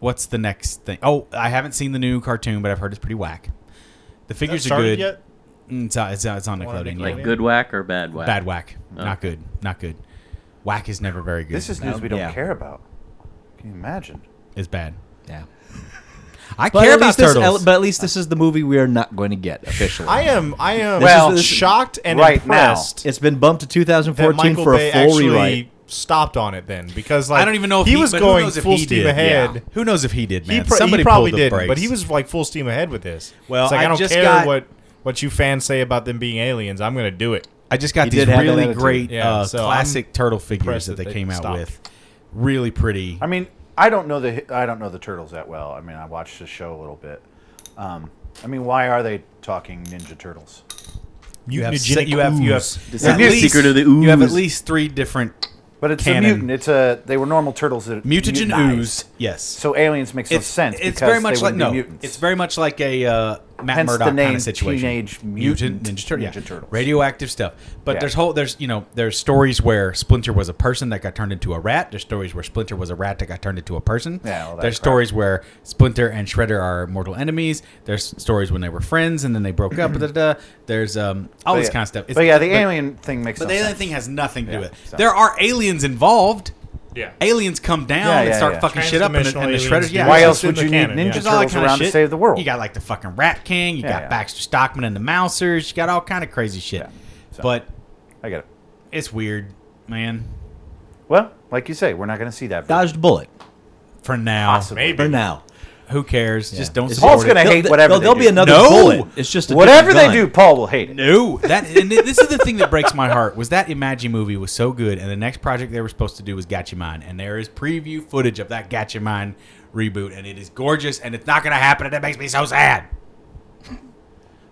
S6: what's the next thing? Oh, I haven't seen the new cartoon, but I've heard it's pretty whack. The figures are good.
S5: started yet?
S6: Mm, It's, on- it's, on- it's on
S5: Wanna
S6: Nickelodeon.
S5: make
S6: yeah.
S3: like good whack or bad whack.
S6: Bad whack.
S3: Oh.
S6: Not good. Not good. Whack is never very good.
S2: This is news we don't
S6: Yeah.
S2: care about. Can you imagine?
S6: It's bad.
S4: Yeah.
S6: I
S4: But
S6: care
S4: at,
S6: about
S4: least
S6: turtles.
S4: this, but at least this is the movie we are not going to get officially.
S5: I am. I am.
S2: Well,
S5: Well,
S4: this is-
S5: shocked and
S2: right
S5: impressed
S4: it's been bumped to
S5: that
S4: 2014
S5: Michael
S4: for a
S5: Bay
S4: full
S5: actually
S4: rewrite.
S5: stopped on it then because like
S6: I don't even know if
S5: he, was
S6: but who
S5: going
S6: knows if
S5: full
S6: he
S5: steam
S6: did.
S5: ahead.
S6: Yeah. Who knows if he did,
S5: He,
S6: man?
S5: pro-
S6: Somebody
S5: he probably
S6: pulled the
S5: did,
S6: brakes.
S5: but he was like full steam ahead with this.
S6: Well,
S5: It's like, I,
S6: I
S5: don't
S6: just
S5: care
S6: got-
S5: what what you fans say about them being aliens. I'm gonna do it.
S6: I just got
S4: He
S6: these
S4: did have that
S6: really
S4: attitude.
S6: great
S5: Yeah,
S6: uh,
S5: so
S6: classic turtle figures
S5: impressed
S6: that they
S5: that they
S6: came out
S5: stopped.
S6: with. Really pretty.
S2: I mean, I don't know the I don't know the turtles that well. I mean, I watched the show a little bit. Um, I mean, why are they talking Ninja Turtles?
S6: you have,
S5: Mutagenic
S6: se- you have you have
S5: ooze.
S3: This
S6: you have
S3: is the
S6: at least-
S3: secret of the
S6: You have at
S3: ooze.
S6: least three different
S2: But it's
S6: Canon.
S2: a mutant. It's a they were normal turtles that
S6: mutagen
S2: mutinized.
S6: ooze. Yes,
S2: So aliens makes no sense. because
S6: It's very much
S2: they
S6: like
S2: wouldn't
S6: no.
S2: be mutants.
S6: It's very much like a uh, Matt
S2: Hence the
S6: Murdock kind
S2: name,
S6: of situation.
S2: Teenage Mutant
S6: Ninja, Turtle,
S2: Ninja
S6: yeah.
S2: Turtles.
S6: radioactive stuff. But
S2: Yeah.
S6: there's whole there's you know there's stories where Splinter was a person that got turned into a rat. There's stories where Splinter was a rat that got turned into a person.
S2: Yeah, all that
S6: there's
S2: crap.
S6: stories where Splinter and Shredder are mortal enemies. There's stories when they were friends and then they broke up. da, da, da. There's um all
S2: But
S6: this
S2: yeah.
S6: kind of stuff. It's-
S2: But yeah, the
S6: but-
S2: alien thing makes.
S6: But
S2: no
S6: the alien
S2: sense.
S6: thing has nothing to do
S2: Yeah,
S6: with it.
S2: so-
S6: There are aliens involved.
S5: Yeah.
S6: Aliens come down
S2: Yeah,
S6: and
S2: yeah,
S6: start
S2: yeah.
S6: fucking shit up, and, the-
S5: Transdimensional
S6: and the
S5: aliens
S6: Shredder.
S5: do
S6: Yeah,
S5: that.
S2: Why
S5: it's
S2: else
S5: in
S2: would
S5: the
S2: you need
S5: canon, yeah.
S2: Ninja
S5: There's
S6: there's all that
S2: Turtles
S6: kind
S2: around
S6: of shit.
S2: to save the world?
S6: You got like the fucking Rat King. You
S2: Yeah,
S6: got
S2: yeah.
S6: Baxter Stockman and the Mousers. You got all kind of crazy shit.
S2: Yeah, so-
S6: But
S2: I get it.
S6: it's weird, man.
S2: Well, like you say, we're not going to see that. version.
S4: Dodged bullet
S6: For now,
S5: Maybe.
S4: for now.
S6: who cares? Just don't.
S4: It's-
S6: support
S2: Paul's
S6: it.
S2: gonna I hate
S4: They'll-
S2: whatever
S4: There'll,
S2: they
S4: there'll be
S2: do.
S4: another
S6: No!
S4: bullet. It's just a
S2: Whatever they
S4: different
S2: do,
S4: gun.
S2: Paul will hate it.
S6: No, that and thi- this is the thing that breaks my heart. Was that Imagi movie was so good, and the next project they were supposed to do was Gatchaman, and there is preview footage of that Gatchaman reboot, and it is gorgeous, and it's not going to happen, and that makes me so sad.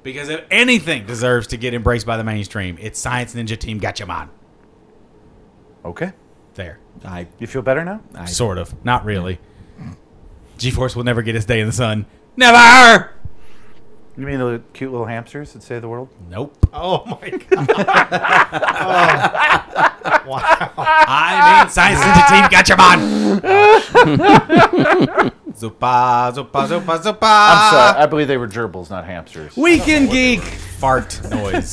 S6: Because if anything deserves to get embraced by the mainstream, it's Science Ninja Team Gatchaman.
S2: Okay,
S6: There,
S4: I,
S2: you feel better now?
S4: I,
S6: sort of, not really. G-force will never get its day in the sun. Never.
S2: You mean the cute little hamsters that save the world?
S6: Nope.
S5: Oh my god. Oh. Wow.
S6: I mean, science is the team. Gotcha, man. Zupa, zupa, zupa, zupa.
S2: I'm sorry, I believe they were gerbils, not hamsters.
S6: Weekend geek. Fart noise.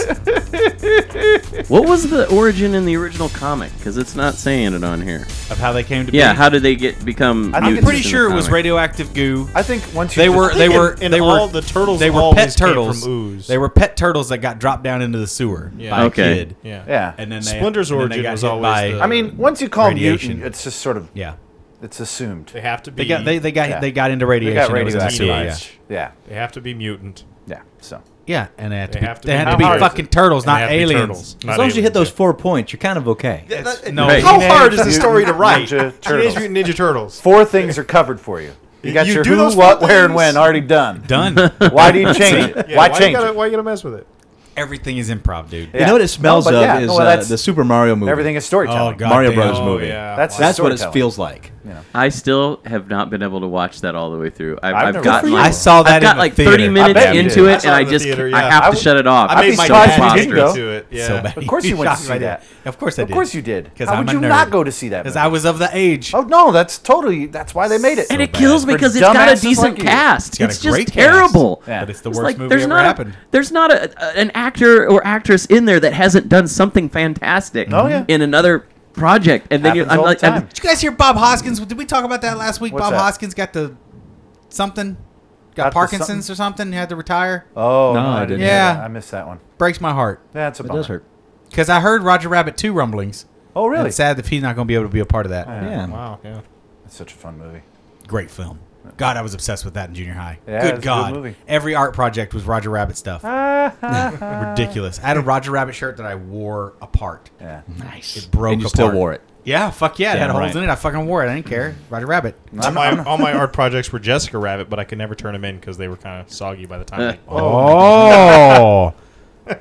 S3: What was the origin in the original comic? Because it's not saying it on here.
S6: of how they came to be.
S3: Yeah, how did they get become?
S2: I think
S6: I'm
S2: it's
S6: pretty sure it was
S3: radio.
S6: radioactive goo.
S2: I think once you
S6: They
S2: just-
S6: were. They
S5: in-
S6: were.
S5: in
S6: They
S5: all
S6: were.
S5: the turtles
S6: They were
S5: always
S6: pet
S5: came
S6: turtles.
S5: from ooze.
S6: They were pet turtles that got dropped down into the sewer
S5: Yeah.
S6: by
S3: Okay.
S6: a kid.
S5: Yeah.
S2: yeah.
S6: And then they,
S5: Splinter's
S6: and then they
S5: origin
S6: got
S5: was
S6: hit
S5: always
S6: by-
S5: the-
S2: I mean, once you call
S6: Radiation.
S2: mutant, it's just sort of
S6: yeah.
S2: it's assumed.
S5: They have to be.
S6: They got. They, they got.
S2: Yeah.
S6: They got into radiation.
S2: got
S6: It was in the
S2: radioactive.
S6: sewer, yeah.
S5: Teenage.
S2: Yeah,
S5: They have to be mutant.
S2: yeah. So
S6: Yeah, and they had to
S5: They
S6: be,
S5: have to
S6: they
S5: be
S6: had to be
S5: turtles.
S6: fucking turtles,
S5: And
S6: not
S5: they have to be
S6: aliens.
S5: turtles, not
S4: as long as you hit those
S5: aliens,
S4: four points, you're kind of okay.
S5: yeah.
S6: no.
S3: Right.
S5: How hard is the
S2: Mutant
S5: story to write?
S2: Ninja
S5: Teenage
S2: Turtles.
S5: Mutant Ninja Turtles.
S2: four things are covered for you. You got
S5: You
S2: your
S5: do
S2: who,
S5: those four
S2: what, where, and
S5: things?
S2: when already done.
S6: Done.
S2: Why do you change it?
S5: Yeah,
S2: why,
S5: you
S2: change
S5: gotta-
S2: it?
S5: Why you gonna mess with it?
S6: Everything is improv, dude.
S4: You
S2: Yeah.
S4: know what it smells
S2: No, but
S4: of
S2: yeah,
S4: is
S2: no, well,
S4: uh,
S2: that's-
S4: the Super Mario movie.
S2: Everything is storytelling.
S6: God
S4: Mario
S6: damn.
S4: Bros.
S5: Oh,
S4: movie.
S5: yeah.
S2: That's the
S4: That's what it
S2: storytelling.
S4: feels like.
S3: I still have not been able to watch that all the way through. I've,
S2: I've
S3: I've,
S2: never-
S3: gotten
S2: Good for
S3: like
S2: you.
S6: I saw that
S3: I've got
S6: in the
S3: like
S6: theater.
S3: 30 minutes
S2: I bet you
S3: into
S2: did.
S5: I
S3: it,
S5: saw it
S3: and I
S5: in the
S3: just
S5: theater,
S3: I
S5: yeah.
S3: have
S5: I
S3: to
S5: w-
S3: shut it off.
S5: I
S3: It's
S5: made my
S2: surprised
S3: so
S2: you didn't
S3: preposterous.
S2: go.
S5: To it. Yeah.
S6: So bad.
S2: Of course you went to
S6: Shocked
S2: see
S6: by
S2: that.
S6: Of course I
S2: Of
S6: did.
S2: course you did.
S6: 'Cause
S2: How
S6: I'm
S2: would
S6: a
S2: you
S6: nerd.
S2: not go to see that?
S6: Because
S2: Movie?
S6: I was of the age.
S2: Oh no, that's totally. That's why they made it.
S3: and it
S6: bad.
S3: kills
S6: For
S3: because it's got
S2: dumbasses
S3: a decent
S2: like you.
S3: cast.
S6: got a
S3: it's just
S6: great cast,
S3: terrible.
S2: Yeah.
S6: But it's the
S3: It's
S6: worst
S3: like,
S6: movie
S3: there's
S6: ever
S3: not
S6: happened.
S3: A, there's not a, a- an actor or actress in there that hasn't done something fantastic
S2: Oh, yeah.
S3: in another project, and then you,
S2: Happens
S3: I'm
S2: all the
S3: like, I'm-
S2: time.
S6: Did you guys hear Bob Hoskins? Did we talk about that last week?
S2: What's
S6: Bob
S2: that?
S6: Hoskins got the something, got,
S2: Got the
S6: Parkinson's
S2: something?
S6: or something. He had to retire.
S2: Oh
S4: No,
S2: no,
S4: I
S2: I
S4: didn't
S2: didn't.
S6: hear Yeah. that.
S2: I missed that one.
S6: Breaks my heart
S2: That's a
S4: It
S2: bummer.
S4: does hurt.
S6: because I heard Roger Rabbit two rumblings.
S2: Oh
S6: And
S2: really?
S6: It's sad if he's not going to be able to be a part of that.
S4: Yeah.
S5: Wow. Yeah.
S2: It's such a fun movie.
S6: Great film. God, I was obsessed with that in junior high.
S2: Yeah,
S6: good
S2: it's a good
S6: God.
S2: movie.
S6: Every art project was Roger Rabbit stuff. Ridiculous. I had a Roger Rabbit shirt that I wore apart.
S2: Yeah.
S4: Nice.
S6: Broke
S4: and you still
S6: apart.
S4: wore it.
S6: Yeah, fuck yeah. It had
S3: Damn
S6: holes
S3: right.
S6: in it. I fucking wore it. I didn't care. Roger Rabbit.
S5: All my, all my art projects were Jessica Rabbit, but I could never turn them in because they were kind of soggy by the time.
S6: Uh.
S5: I-
S6: Oh.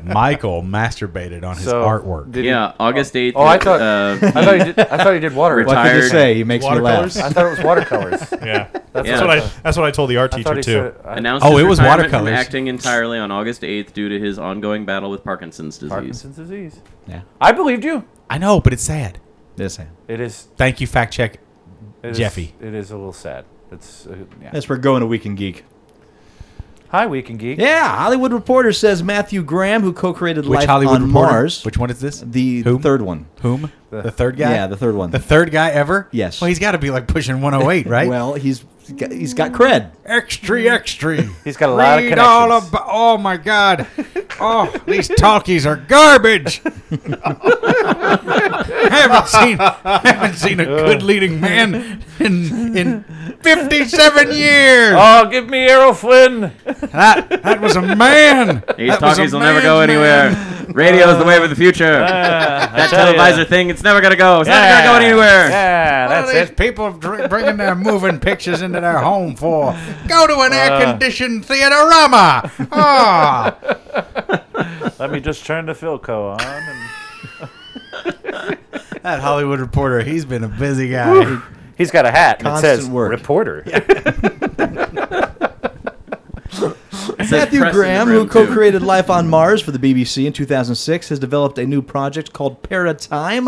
S6: Michael masturbated on his artwork.
S2: did he-
S3: Yeah, August 8th.
S2: Oh, I thought-
S3: uh,
S2: I thought he did. I thought he did water.
S4: What
S3: Retired.
S4: did you say? He makes me laugh.
S5: Watercolors?
S2: I thought it was watercolors. That's
S5: yeah, that's,
S3: Yeah.
S5: what I. That's what I told the art
S2: I thought
S5: teacher
S2: he
S5: too.
S2: said- I-
S3: announced
S6: Oh,
S3: his
S6: it was
S3: retirement from
S6: watercolors.
S3: acting entirely on August 8th due to his ongoing battle with Parkinson's disease.
S2: Parkinson's disease.
S4: Yeah.
S2: I believed you.
S6: I know, but it's sad.
S4: This hand.
S2: It is.
S6: Thank you, fact check.
S2: It is
S6: Jeffy.
S2: It is a little sad. It's. Uh, yeah.
S4: That's where going to Weekend Geek.
S2: Hi, Weekend Geek.
S4: Yeah, Hollywood Reporter says Matthew Graham, who co-created
S6: Which
S4: Life
S6: Hollywood
S4: on
S6: reporter?
S4: Mars,
S6: Which one is this?
S4: the
S6: Whom?
S4: third one.
S6: Whom? The, third guy?
S4: Yeah, the third one.
S6: The third guy ever?
S4: Yes.
S6: Well, he's got to be like pushing 108, right?
S4: Well, he's got, he's got cred.
S6: extra, extra.
S2: He's got a lot of
S6: Read all
S2: connections.
S6: about. Oh my god. Oh, these talkies are garbage. haven't seen haven't seen a good leading man in in 57 years.
S2: Oh, give me Errol Flynn.
S6: That that was a man.
S3: These
S6: That was a
S3: talkies will never
S6: man,
S3: go
S6: man.
S3: anywhere. Radio is the wave of the future.
S2: Uh,
S3: that televisor thing, it's never going to go. It's not going to go anywhere.
S2: Yeah,
S6: What
S2: that's
S6: are these
S2: it.
S6: people dr- bringing their moving pictures into their home for? Go
S2: Uh.
S6: to an air-conditioned theaterama. Ah,
S2: Let me just turn the Philco on. And
S6: that Hollywood reporter. He's been a busy guy.
S2: he's got a hat and it
S4: Constant
S2: says
S4: work.
S2: reporter.
S3: It says
S4: Matthew
S3: press in the
S4: Graham, who
S3: room, too.
S4: co-created Life on Mars for the BBC in 2006, has developed a new project called Parrot Time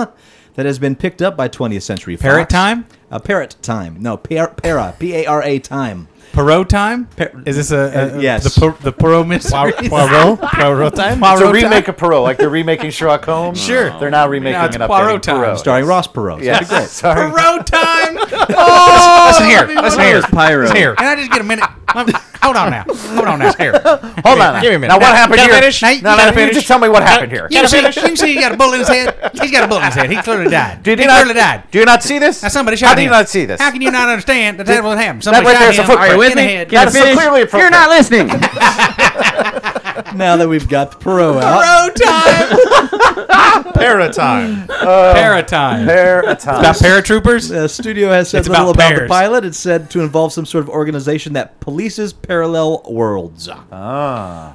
S4: that has been picked up by 20th Century Fox.
S6: Parrot Time?
S4: Uh, Parrot Time. No, par- Para. P-A-R-A Time.
S6: Perot time?
S4: Per-
S6: Is this a, a
S4: Uh, yes.
S6: The, per, the Perot mystery? Poirot? Poirot time? Poirot
S2: It's a remake of Perot, like they're remaking Sherlock Holmes.
S6: Sure.
S2: They're now remaking
S6: Now it's
S2: it up.
S6: Poirot time.
S4: Starring Ross Perot.
S2: Yeah.
S4: That'd be great.
S2: Sorry.
S6: Perot time? Oh, listen here. Listen
S3: That
S6: here.
S3: was Pyro.
S6: Listen here. Can I just get a minute? Let me- Hold on now. Hold on now. Here.
S2: Hold on.
S6: Give me a minute.
S2: Now, what happened
S6: Gotta
S2: here?
S6: finish? Now you
S2: No, no,
S6: gotta
S2: you
S6: finish.
S2: just tell me what happened here.
S6: You can, see, you can see he got a bullet in his head. He's got a bullet in his head. He clearly died.
S2: Did
S6: he
S2: you not,
S6: clearly died.
S2: Do you not see this?
S6: Now somebody shot
S2: How
S6: him.
S2: do you not see this?
S6: How can you not understand that that was him? Somebody
S2: right
S6: shot
S2: there is a
S6: him
S2: footprint.
S6: in
S2: Are you
S3: With
S6: the
S3: me?
S6: head.
S3: Can I
S2: That is so
S3: finish?
S2: clearly a front
S3: You're not listening.
S4: Now that we've got the Perot out.
S6: Perot time.
S5: Para time.
S6: Para time.
S2: There a time.
S6: About paratroopers?
S4: The studio has said
S6: It's
S4: little
S6: about
S4: about the
S6: pears.
S4: pilot. It's said to involve some sort of organization that polices parallel worlds. Uh,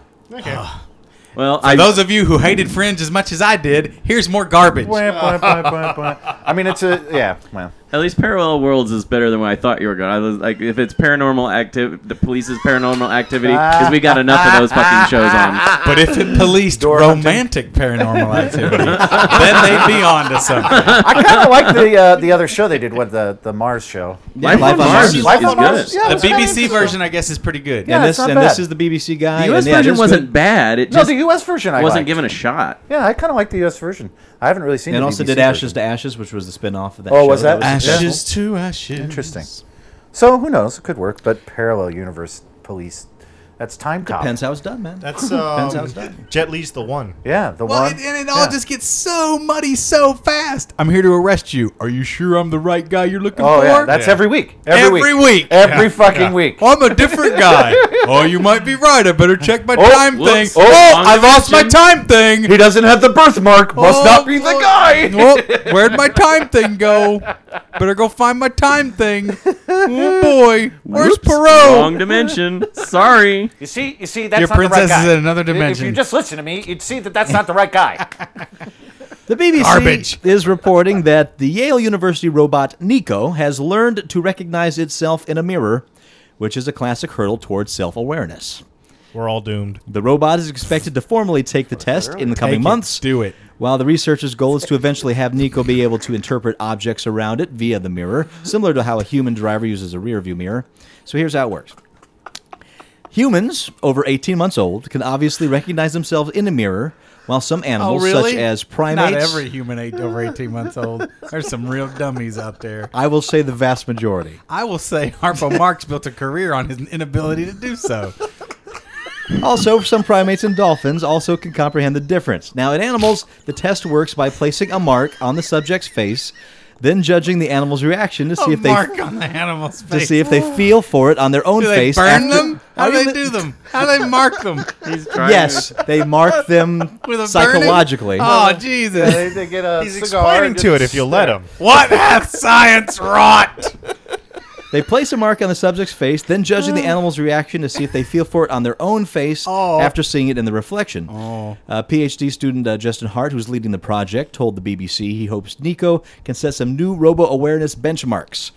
S3: well, I,
S6: Those of you who hated Fringe as much as I did, here's more garbage.
S2: Blah, blah, blah, blah, blah. I mean, it's a yeah. Well,
S3: at least Parallel Worlds is better than what I thought you were going. I was like, if it's paranormal activity, the police's paranormal activity, because we got enough of those fucking shows on.
S6: But if it policed romantic paranormal activity, then they'd be on to something.
S2: I kind of like the uh, the other show they did with the the Mars show.
S4: Yeah, Life on Mars is-
S3: is
S2: Life on
S3: good.
S2: Mars? Yeah,
S6: The
S2: it's kinda
S6: BBC
S2: interesting.
S6: version, I guess, is pretty good.
S2: Yeah,
S4: and
S2: it's
S4: this
S2: not
S4: and this
S2: bad.
S4: is the BBC guy.
S3: The U.S.
S4: and yeah,
S3: version
S4: this
S3: wasn't
S4: could-
S3: bad. It
S2: No,
S3: just
S2: the U.S. version. I
S3: wasn't
S2: liked.
S3: given a shot.
S2: Yeah, I kind of like the U.S. version. I haven't really seen.
S4: And
S2: the
S4: also
S2: BBC
S4: did Ashes
S2: version.
S4: to Ashes, which was the spin-off of that.
S2: Oh,
S4: show.
S2: was that-
S4: successful.
S6: Ashes to ashes.
S2: Interesting. So who knows? It could work, but parallel universe police. That's time cop.
S4: Depends how it's done, man.
S5: That's
S4: Depends how
S5: um,
S4: it's done.
S5: Jet Li's the one.
S2: Yeah, the
S6: Well,
S2: one.
S6: it, and it all
S2: yeah.
S6: just gets so muddy so fast. I'm here to arrest you. Are you sure I'm the right guy you're looking
S2: Oh
S6: for?
S2: yeah, that's every week. Every,
S6: Every
S2: week.
S6: week.
S2: Every
S5: Yeah,
S2: fucking
S5: yeah.
S2: week.
S6: I'm a different guy. oh, you might be right. I better check my time
S3: whoops.
S6: thing.
S3: Oh,
S6: Oh,
S3: wrong
S6: I lost my
S3: dimension.
S6: time thing.
S2: He doesn't have the birthmark. Must
S6: Oh,
S2: not be the
S6: boy.
S2: guy.
S6: Well, where'd my time thing go? Better go find my time thing. Oh boy, where's
S3: Whoops. Wrong
S2: Oh.
S6: Perot?
S3: dimension. Sorry.
S2: You see, you see, that's
S6: Your
S2: not the right
S6: princess
S2: guy.
S6: is in another
S2: If- If
S6: dimension.
S2: you just listen to me, you'd see that that's not the right guy.
S4: The BBC
S6: Garbage.
S4: is reporting that the Yale University robot Nico has learned to recognize itself in a mirror, which is a classic hurdle towards self-awareness.
S5: We're all doomed.
S4: The robot is expected to formally take the test in the coming months.
S6: Do it.
S4: While the researchers' goal is to eventually have Nico be able to interpret objects around it via the mirror, similar to how a human driver uses a rear view mirror. So here's how it works. Humans over 18 months old can obviously recognize themselves in a mirror, while some
S6: Oh,
S4: animals, such as primates,
S6: Not every human eight over 18 months old. There's some real dummies out there.
S4: I will say the vast majority.
S6: I will say Harpo Marx built a career on his inability to do so.
S4: Also, some primates and dolphins also can comprehend the difference. Now, in animals, the test works by placing a mark on the subject's face then judging the animal's reaction to see
S6: a
S4: if they
S6: mark on the animal's
S4: to
S6: face.
S4: see if they feel for it on their own
S6: do they
S4: face.
S6: burn
S4: after-
S6: them? How do
S4: Are you
S6: they
S4: li-
S6: do them? How do they mark them?
S3: He's trying
S4: Yes, they mark them
S6: With a
S4: psychologically.
S6: Burning? Oh Jesus!
S2: They, they get a
S5: He's
S2: cigar
S5: explaining
S2: and
S5: to it
S2: just
S5: if you'll
S2: stare.
S5: let him.
S6: what hath science wrought?
S4: They place a mark on the subject's face, then judging the animal's reaction to see if they feel for it on their own face
S6: Oh.
S4: after seeing it in the reflection. Uh, PhD student uh, Justin Hart, who's leading the project, told the BBC he hopes Nico can set some new robo awareness benchmarks.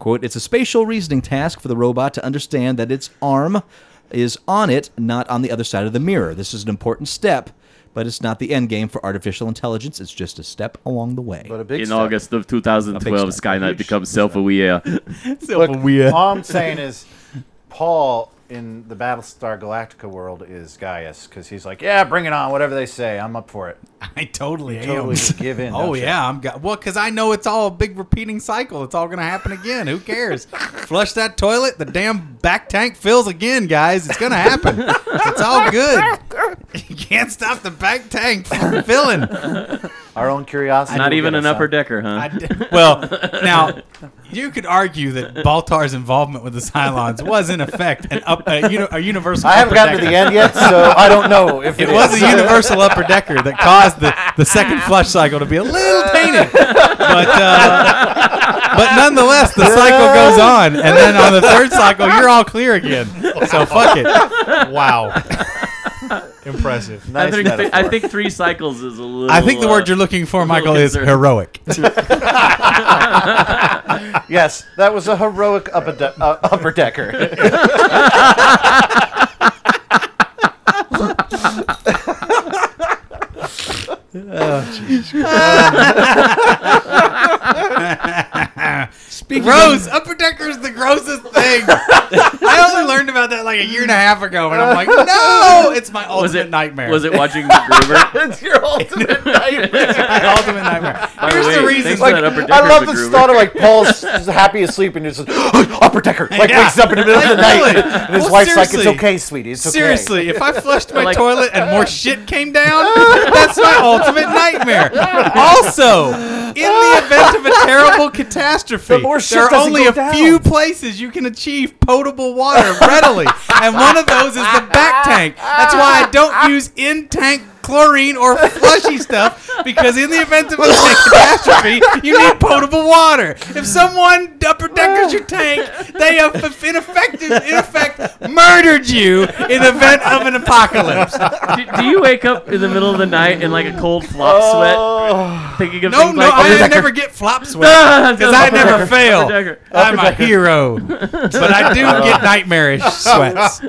S4: Quote, it's a spatial reasoning task for the robot to understand that its arm is on it, not on the other side of the mirror. This is an important step, but it's not the end game for artificial intelligence. It's just a step along the way.
S2: But a big
S3: In
S2: step.
S3: August of 2012,
S4: step.
S3: Skynet becomes self-aware.
S2: Look,
S6: weird.
S2: all I'm saying is, Paul in the Battlestar Galactica world is Gaius because he's like, yeah, bring it on, whatever they say, I'm up for it.
S6: I totally am.
S2: Totally just give in.
S6: Oh
S2: don't you?
S6: yeah, I'm got well because I know it's all a big repeating cycle. It's all gonna happen again. Who cares? Flush that toilet. The damn back tank fills again, guys. It's gonna happen. it's all good. You can't stop the back tank from filling.
S2: Our own curiosity.
S3: Not
S2: will
S3: even
S2: get
S3: an
S2: us
S3: upper
S2: on.
S3: decker, huh?
S6: I d- well, now you could argue that Baltar's involvement with the Cylons was in effect an up, a, uni- a universal.
S2: I haven't
S6: upper
S2: gotten to
S6: decker.
S2: the end yet, so I don't know if
S6: It was a universal upper decker that caused the, the second flush cycle to be a little tainted. But, uh, but nonetheless, the cycle goes on. And then on the third cycle, you're all clear again. So fuck it.
S5: Wow. Impressive.
S2: Nice
S3: I think,
S2: metaphor.
S3: I think three cycles is a little.
S6: I think the
S3: uh,
S6: word you're looking for, Michael, is
S3: concerned.
S6: heroic.
S2: yes, that was a heroic upper, de- uh, upper decker.
S4: Speaking of-
S6: Gross. Upper decker is the grossest thing. I only learned about that like a year and a half ago. And I'm like, no, it's my ultimate
S3: was it
S6: nightmare.
S3: Was it watching MacGruber?
S2: it's your ultimate nightmare.
S6: my ultimate nightmare? Here's
S3: way,
S6: the
S3: thanks
S6: reason.
S3: for
S2: Like,
S3: that upper
S2: I
S3: decker
S2: love
S3: of
S2: this
S3: MacGruber.
S2: thought of like Paul's just happy asleep and he's just upper decker. Like
S6: Yeah.
S2: wakes up in the middle of the
S6: Like,
S2: night
S6: really?
S2: and his
S6: Well,
S2: wife's like,
S6: seriously.
S2: "It's okay, sweetie. It's okay."
S6: Seriously, if I flushed my
S3: Like-
S6: toilet and more shit came down, that's my ultimate nightmare. Also, in the event of a terrible catastrophe,
S2: The more shit
S6: there are
S2: doesn't
S6: only
S2: go
S6: a
S2: down.
S6: few places you can achieve potable water readily, and one of those is the back tank. That's why I don't use in tank chlorine or flushy stuff because in the event of a catastrophe you need potable water if someone upper deckers your tank they have in effect, in effect murdered you in the event of an apocalypse
S3: do, do you wake up in the middle of the night in like a cold flop sweat, thinking of
S6: Oh. no
S3: things
S6: no
S3: like "Oh,
S6: i
S3: that?
S6: never get flop sweat because i never Uh, fail
S3: Decker.
S6: i'm a hero but i do get nightmarish sweats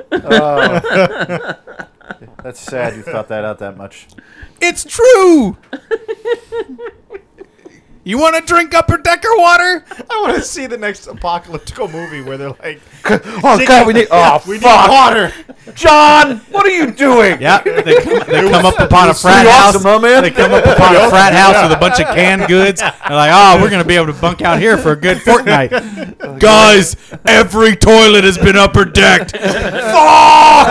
S2: That's sad. You thought that out that much.
S6: It's true. you want to drink upper decker water?
S5: I want to see the next apocalyptical movie where they're like,
S2: Oh God, we need. Oh
S5: we need
S2: fuck,
S5: water.
S2: John, what are you doing?
S6: Yeah, they come, they come up upon a frat
S2: Pretty
S6: house.
S2: awesome, huh, man?
S6: They come up upon a frat house with a bunch of canned goods. They're like, oh, we're gonna be able to bunk out here for a good fortnight,
S2: Oh,
S6: guys. Every toilet has been upper decked. Fuck.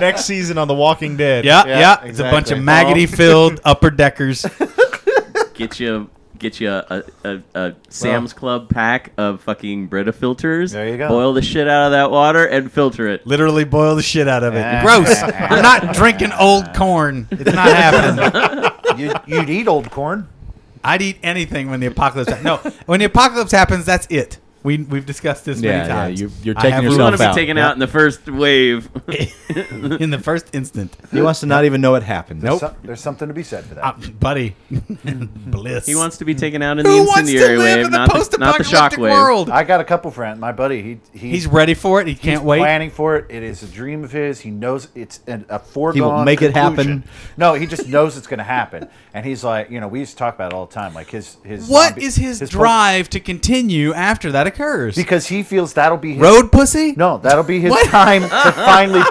S5: Next season on The Walking Dead.
S6: Yeah, yeah.
S2: exactly.
S6: It's a bunch of maggoty-filled upper deckers.
S3: Get you. Get you a, a, a, a Sam's Club pack of fucking Brita filters.
S2: There you go.
S3: Boil the shit out of that water and filter it.
S6: Literally boil the shit out of it. Gross. I'm not drinking old corn. It's not happening.
S2: You, you'd eat old corn.
S6: I'd eat anything when the apocalypse. no, when the apocalypse happens, that's it. We we've discussed this
S4: Yeah,
S6: many
S4: yeah,
S6: times.
S4: you- you're
S6: I
S4: taking
S6: have
S3: You
S4: yourself
S3: want
S6: rules
S3: to be
S4: out.
S3: taken out in the first wave.
S6: in the first instant,
S4: He wants to not even know it happened.
S6: Nope.
S2: Some- there's something to be said for that.
S6: Uh, buddy. Bliss.
S3: he wants to be taken out in the
S6: Who wants to
S3: incendiary
S6: live
S3: wave,
S6: in the
S3: not the, not the
S6: post-apocalyptic
S3: shock wave.
S6: world?
S2: I got a couple friends. My buddy, he, he
S6: He's ready for it. He
S2: he's
S6: can't wait.
S2: Planning for it. It is a dream of his. He knows it's an, a foregone.
S4: make it
S2: conclusion.
S4: happen.
S2: No, he just knows it's going to happen. And he's like, you know, we used to talk about it all the time. Like his his.
S6: What
S2: zombie-
S6: is his,
S2: his po-
S6: drive to continue after that occurs?
S2: because he feels that'll be his
S6: Road pussy?
S2: No, that'll be his
S6: What?
S2: time to finally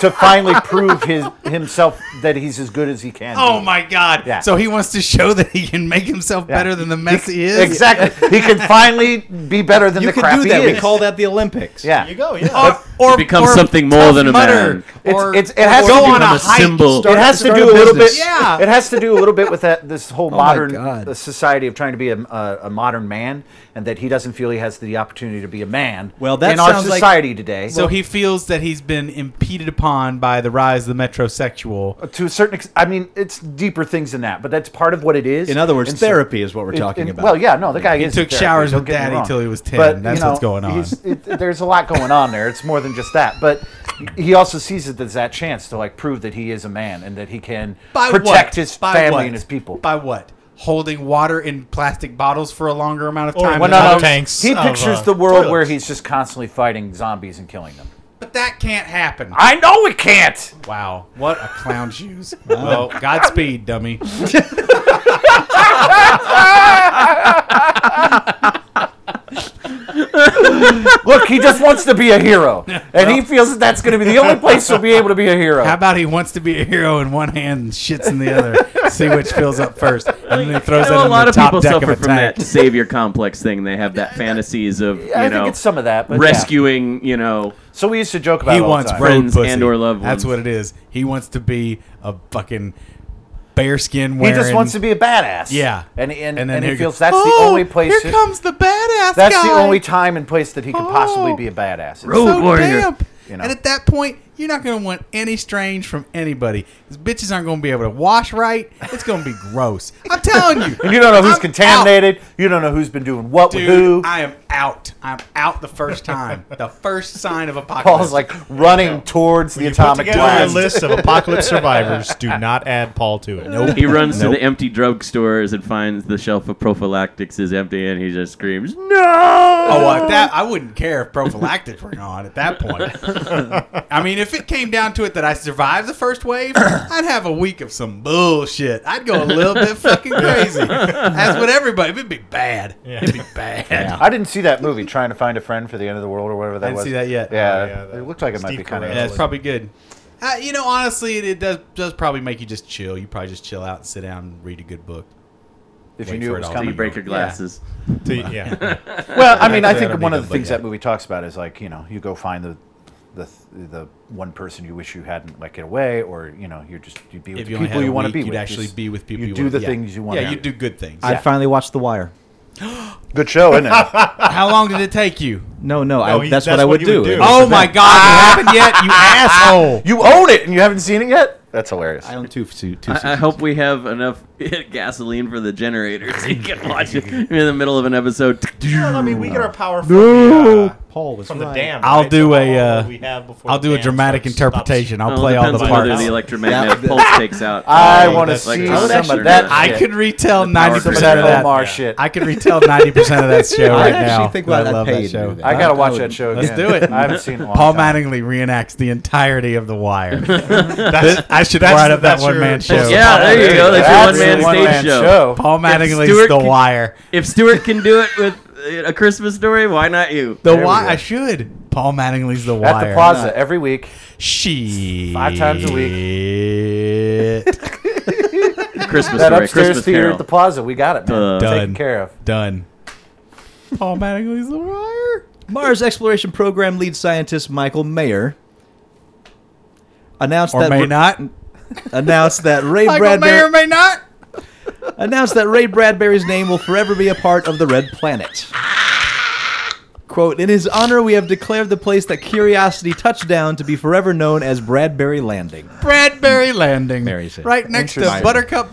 S2: to finally prove his himself that he's as good as he can.
S6: Oh
S2: be.
S6: my God!
S2: Yeah.
S6: So he wants to show that he can make himself
S2: Yeah.
S6: better than the mess he is.
S2: Exactly. he can finally be better than
S4: You
S2: the
S4: could
S2: crap
S4: do
S2: he
S4: that.
S2: is.
S4: We call that the Olympics.
S2: yeah.
S5: There you go. Yeah.
S6: Oh, or
S3: It becomes
S6: or
S3: something more
S6: Tough
S3: than a
S6: Mutter,
S3: man.
S2: It's-
S6: or-
S2: it's- it has
S6: or
S2: to
S6: go
S2: become
S6: on a,
S3: a
S6: hike.
S3: symbol.
S6: Start-
S2: it has to
S4: start
S2: do
S4: a
S2: a little bit.
S4: business.
S6: Yeah.
S2: It has to do a little bit with that this whole
S4: my
S2: modern
S4: God.
S2: uh, society of trying to be a, a, a modern man, and that he doesn't feel he has the opportunity to be a man.
S4: Well, that
S2: in our
S4: sounds like-
S2: society today,
S6: so he feels that he's been impeded upon by the rise of the metrosexual.
S2: to a certain extent, I mean, it's deeper things than that, but that's part of what it is.
S4: In other words,
S2: And so-
S4: therapy is what we're
S2: in-
S4: talking
S2: in-
S4: about.
S2: Well, yeah, no, the guy is in
S6: took
S2: therapy,
S6: showers
S2: don't
S6: with
S2: get me
S6: daddy
S2: wrong.
S6: till he was 10.
S2: But,
S6: That's
S2: you know,
S6: what's going on.
S2: he's- it- there's a lot going on there. It's more than just that, but he also sees it as that chance to like prove that he is a man and that he can
S6: By
S2: protect
S6: what?
S2: his
S6: By
S2: family
S6: what?
S2: and his people.
S6: By what? Holding water in plastic bottles for a longer amount of
S5: Or
S6: time.
S5: when
S6: than
S5: not-
S6: others?
S5: tanks
S2: He
S5: of,
S2: pictures
S5: uh,
S2: the world where
S5: toilets.
S2: he's just constantly fighting zombies and killing them.
S6: But that can't happen.
S2: I know it can't.
S6: Wow, what a clown shoes. Well, Godspeed, dummy.
S2: Look, he just wants to be a hero, and he feels that that's going to be the only place he'll be able to be a hero.
S6: How about he wants to be a hero in one hand and shits in the other? See which fills up first, and then he throws
S3: I
S6: it
S3: know
S6: on
S3: a lot
S6: the
S3: of
S6: top
S3: people
S6: deck
S3: suffer
S6: of a
S3: from that
S6: tank.
S3: savior complex thing. They have that fantasies of you
S2: I think
S3: know
S2: it's some of that. But yeah.
S3: rescuing you know
S2: So we used to joke about.
S6: He
S2: it all
S6: wants
S2: the time.
S3: Friends
S6: road pussy.
S3: and or loved
S6: That's
S3: ones.
S6: what it is. He wants to be a fucking bearskin
S2: He
S6: wearing.
S2: just wants to be a badass.
S6: Yeah.
S2: and and,
S6: And
S2: and,
S6: then
S2: he
S6: here
S2: feels
S6: go-
S2: that's the
S6: Oh,
S2: only place.
S6: Here
S2: he-
S6: comes the badass.
S2: that's the
S6: guy.
S2: only time and place that he could possibly
S6: Oh.
S2: be a badass. It's-
S3: Road warrior.
S2: You know.
S6: And at that point, you're not going to want any strange from anybody. These bitches aren't going to be able to wash right. It's going to be gross. I'm telling you.
S2: And you don't know who's
S6: I'm
S2: contaminated. You don't know who's been doing what
S6: out. Dude,
S2: with who.
S6: I am out. I'm out the first time. the first sign of apocalypse.
S2: Paul's like running towards the
S5: Put
S2: atomic
S5: together a
S2: blast.
S5: list of apocalypse survivors. Do not add Paul to it. Nope.
S3: he runs to the empty drugstores and finds the shelf of prophylactics is empty, and he just screams, "No!"
S6: Oh, well, at that I wouldn't care if prophylactics were on at that point. I mean, if it came down to it that I survived the first wave, I'd have a week of some bullshit. I'd go a little bit fucking crazy. That's what everybody. It'd be bad.
S5: Yeah.
S6: It'd be bad.
S2: I didn't see that movie, Trying to Find a Friend for the End of the World or whatever that
S6: I didn't
S2: was.
S6: see that yet.
S2: Yeah,
S5: Oh, yeah, that-
S2: it looked like it might
S5: Steve
S2: be kind
S5: Carell.
S2: of.
S6: Yeah, it's probably good. Uh, you know, honestly, it, it does does probably make you just chill. You probably just chill out and sit down and read a good book.
S2: If
S6: Wait
S2: you knew
S6: for
S2: it
S6: it
S2: was
S6: all.
S3: You
S2: coming.
S3: break your glasses.
S5: To- yeah.
S2: Well, I mean, I
S5: That'll
S2: think
S5: be
S2: one of
S5: good,
S2: the
S5: but
S2: things
S5: yeah.
S2: that movie talks about is like you know you go find the. The, the one person you wish you hadn't like get away or you know you're just you'd be with
S6: If
S2: the
S6: you only
S2: people
S6: had a
S2: you want to
S6: week,
S2: be
S6: you'd
S2: with
S6: actually
S2: Just-
S6: be with people
S2: you,
S6: you
S2: do
S6: wanna-
S2: the
S6: yeah.
S2: things you want
S6: Yeah,
S2: to
S6: you do good things.
S4: I finally watched The Wire.
S2: good show isn't it
S6: How long did it take you?
S4: No, no, I,
S5: No, he-
S4: that's,
S5: that's
S4: what I
S5: what
S4: would
S5: you
S4: do.
S5: would do.
S4: That's
S6: Oh
S4: the
S6: my
S4: thing.
S6: God! It happened yet, you asshole!
S2: You own it and you haven't seen it yet? That's hilarious.
S4: I own two, two, two
S3: I, I
S4: seasons.
S3: hope we have enough gasoline for the generator so you can watch it in the middle of an episode.
S5: I mean, we get our power from the, uh,
S4: Paul was
S5: from the
S4: right.
S5: dam.
S6: I'll
S5: right?
S6: do
S5: So
S6: a,
S5: all
S6: uh,
S5: we have before
S6: I'll
S5: the
S6: do a
S5: dam
S6: dramatic
S5: starts-
S6: interpretation. I'll
S3: Well, it
S6: play all the
S3: depends on whether
S6: parts.
S3: the electromagnetic
S4: Yeah.
S3: pulse takes out.
S2: I
S5: Oh,
S2: want to
S5: that's like
S2: see
S5: a
S3: Like
S2: some
S3: section
S2: of that.
S3: or
S6: I
S2: shit.
S6: could retell ninety
S3: Power
S2: some
S6: percent
S2: of
S6: of
S3: grid.
S2: that
S6: that.
S2: Omar shit.
S6: I could retell ninety percent of that show
S4: I
S6: right
S4: actually
S6: now.
S4: think what
S6: I
S4: I'd
S6: love
S4: pay
S6: that
S4: to
S6: show.
S4: do that.
S2: I gotta
S4: I
S2: watch
S4: would-
S2: that show.
S6: Let's
S2: again.
S6: do it.
S2: I haven't seen it. in a long
S6: Paul
S2: time.
S6: Mattingly reenacts the entirety of The Wire. That's- I should write up that
S5: that's
S6: one man
S5: your-
S6: show.
S3: Yeah, there you go. That's your
S2: That's
S3: one-man
S2: a
S3: stage
S2: one-man
S3: show.
S6: Paul Mattingly's
S3: Stewart
S6: The
S3: can-
S6: Wire.
S3: If Stewart can do it with uh, a Christmas story, why not you?
S6: The
S2: we
S6: Wire.
S2: go.
S6: I should. Paul Mattingly's The Wire.
S2: At the plaza every week.
S6: She
S2: Five times a
S6: week.
S3: Christmas
S2: That
S3: story,
S2: upstairs
S3: Christmas
S2: theater
S3: Carol.
S2: at the plaza. We got it, man.
S3: Duh.
S2: Taken
S6: Done.
S2: care of.
S6: Done. Paul Mattingly's The Wire.
S4: Mars Exploration Program lead scientist Michael Mayer announced
S6: Or
S4: that
S6: may not.
S4: announced that Ray
S6: Michael may or
S4: Bradbury
S6: may not.
S4: announced that Ray Bradbury's name will forever be a part of the Red Planet. Quote, in his honor, we have declared the place that Curiosity touched down to be forever known as Bradbury Landing.
S6: Bradbury Landing,
S4: Very safe.
S6: right next to
S2: Mm. Interesting.
S6: Buttercup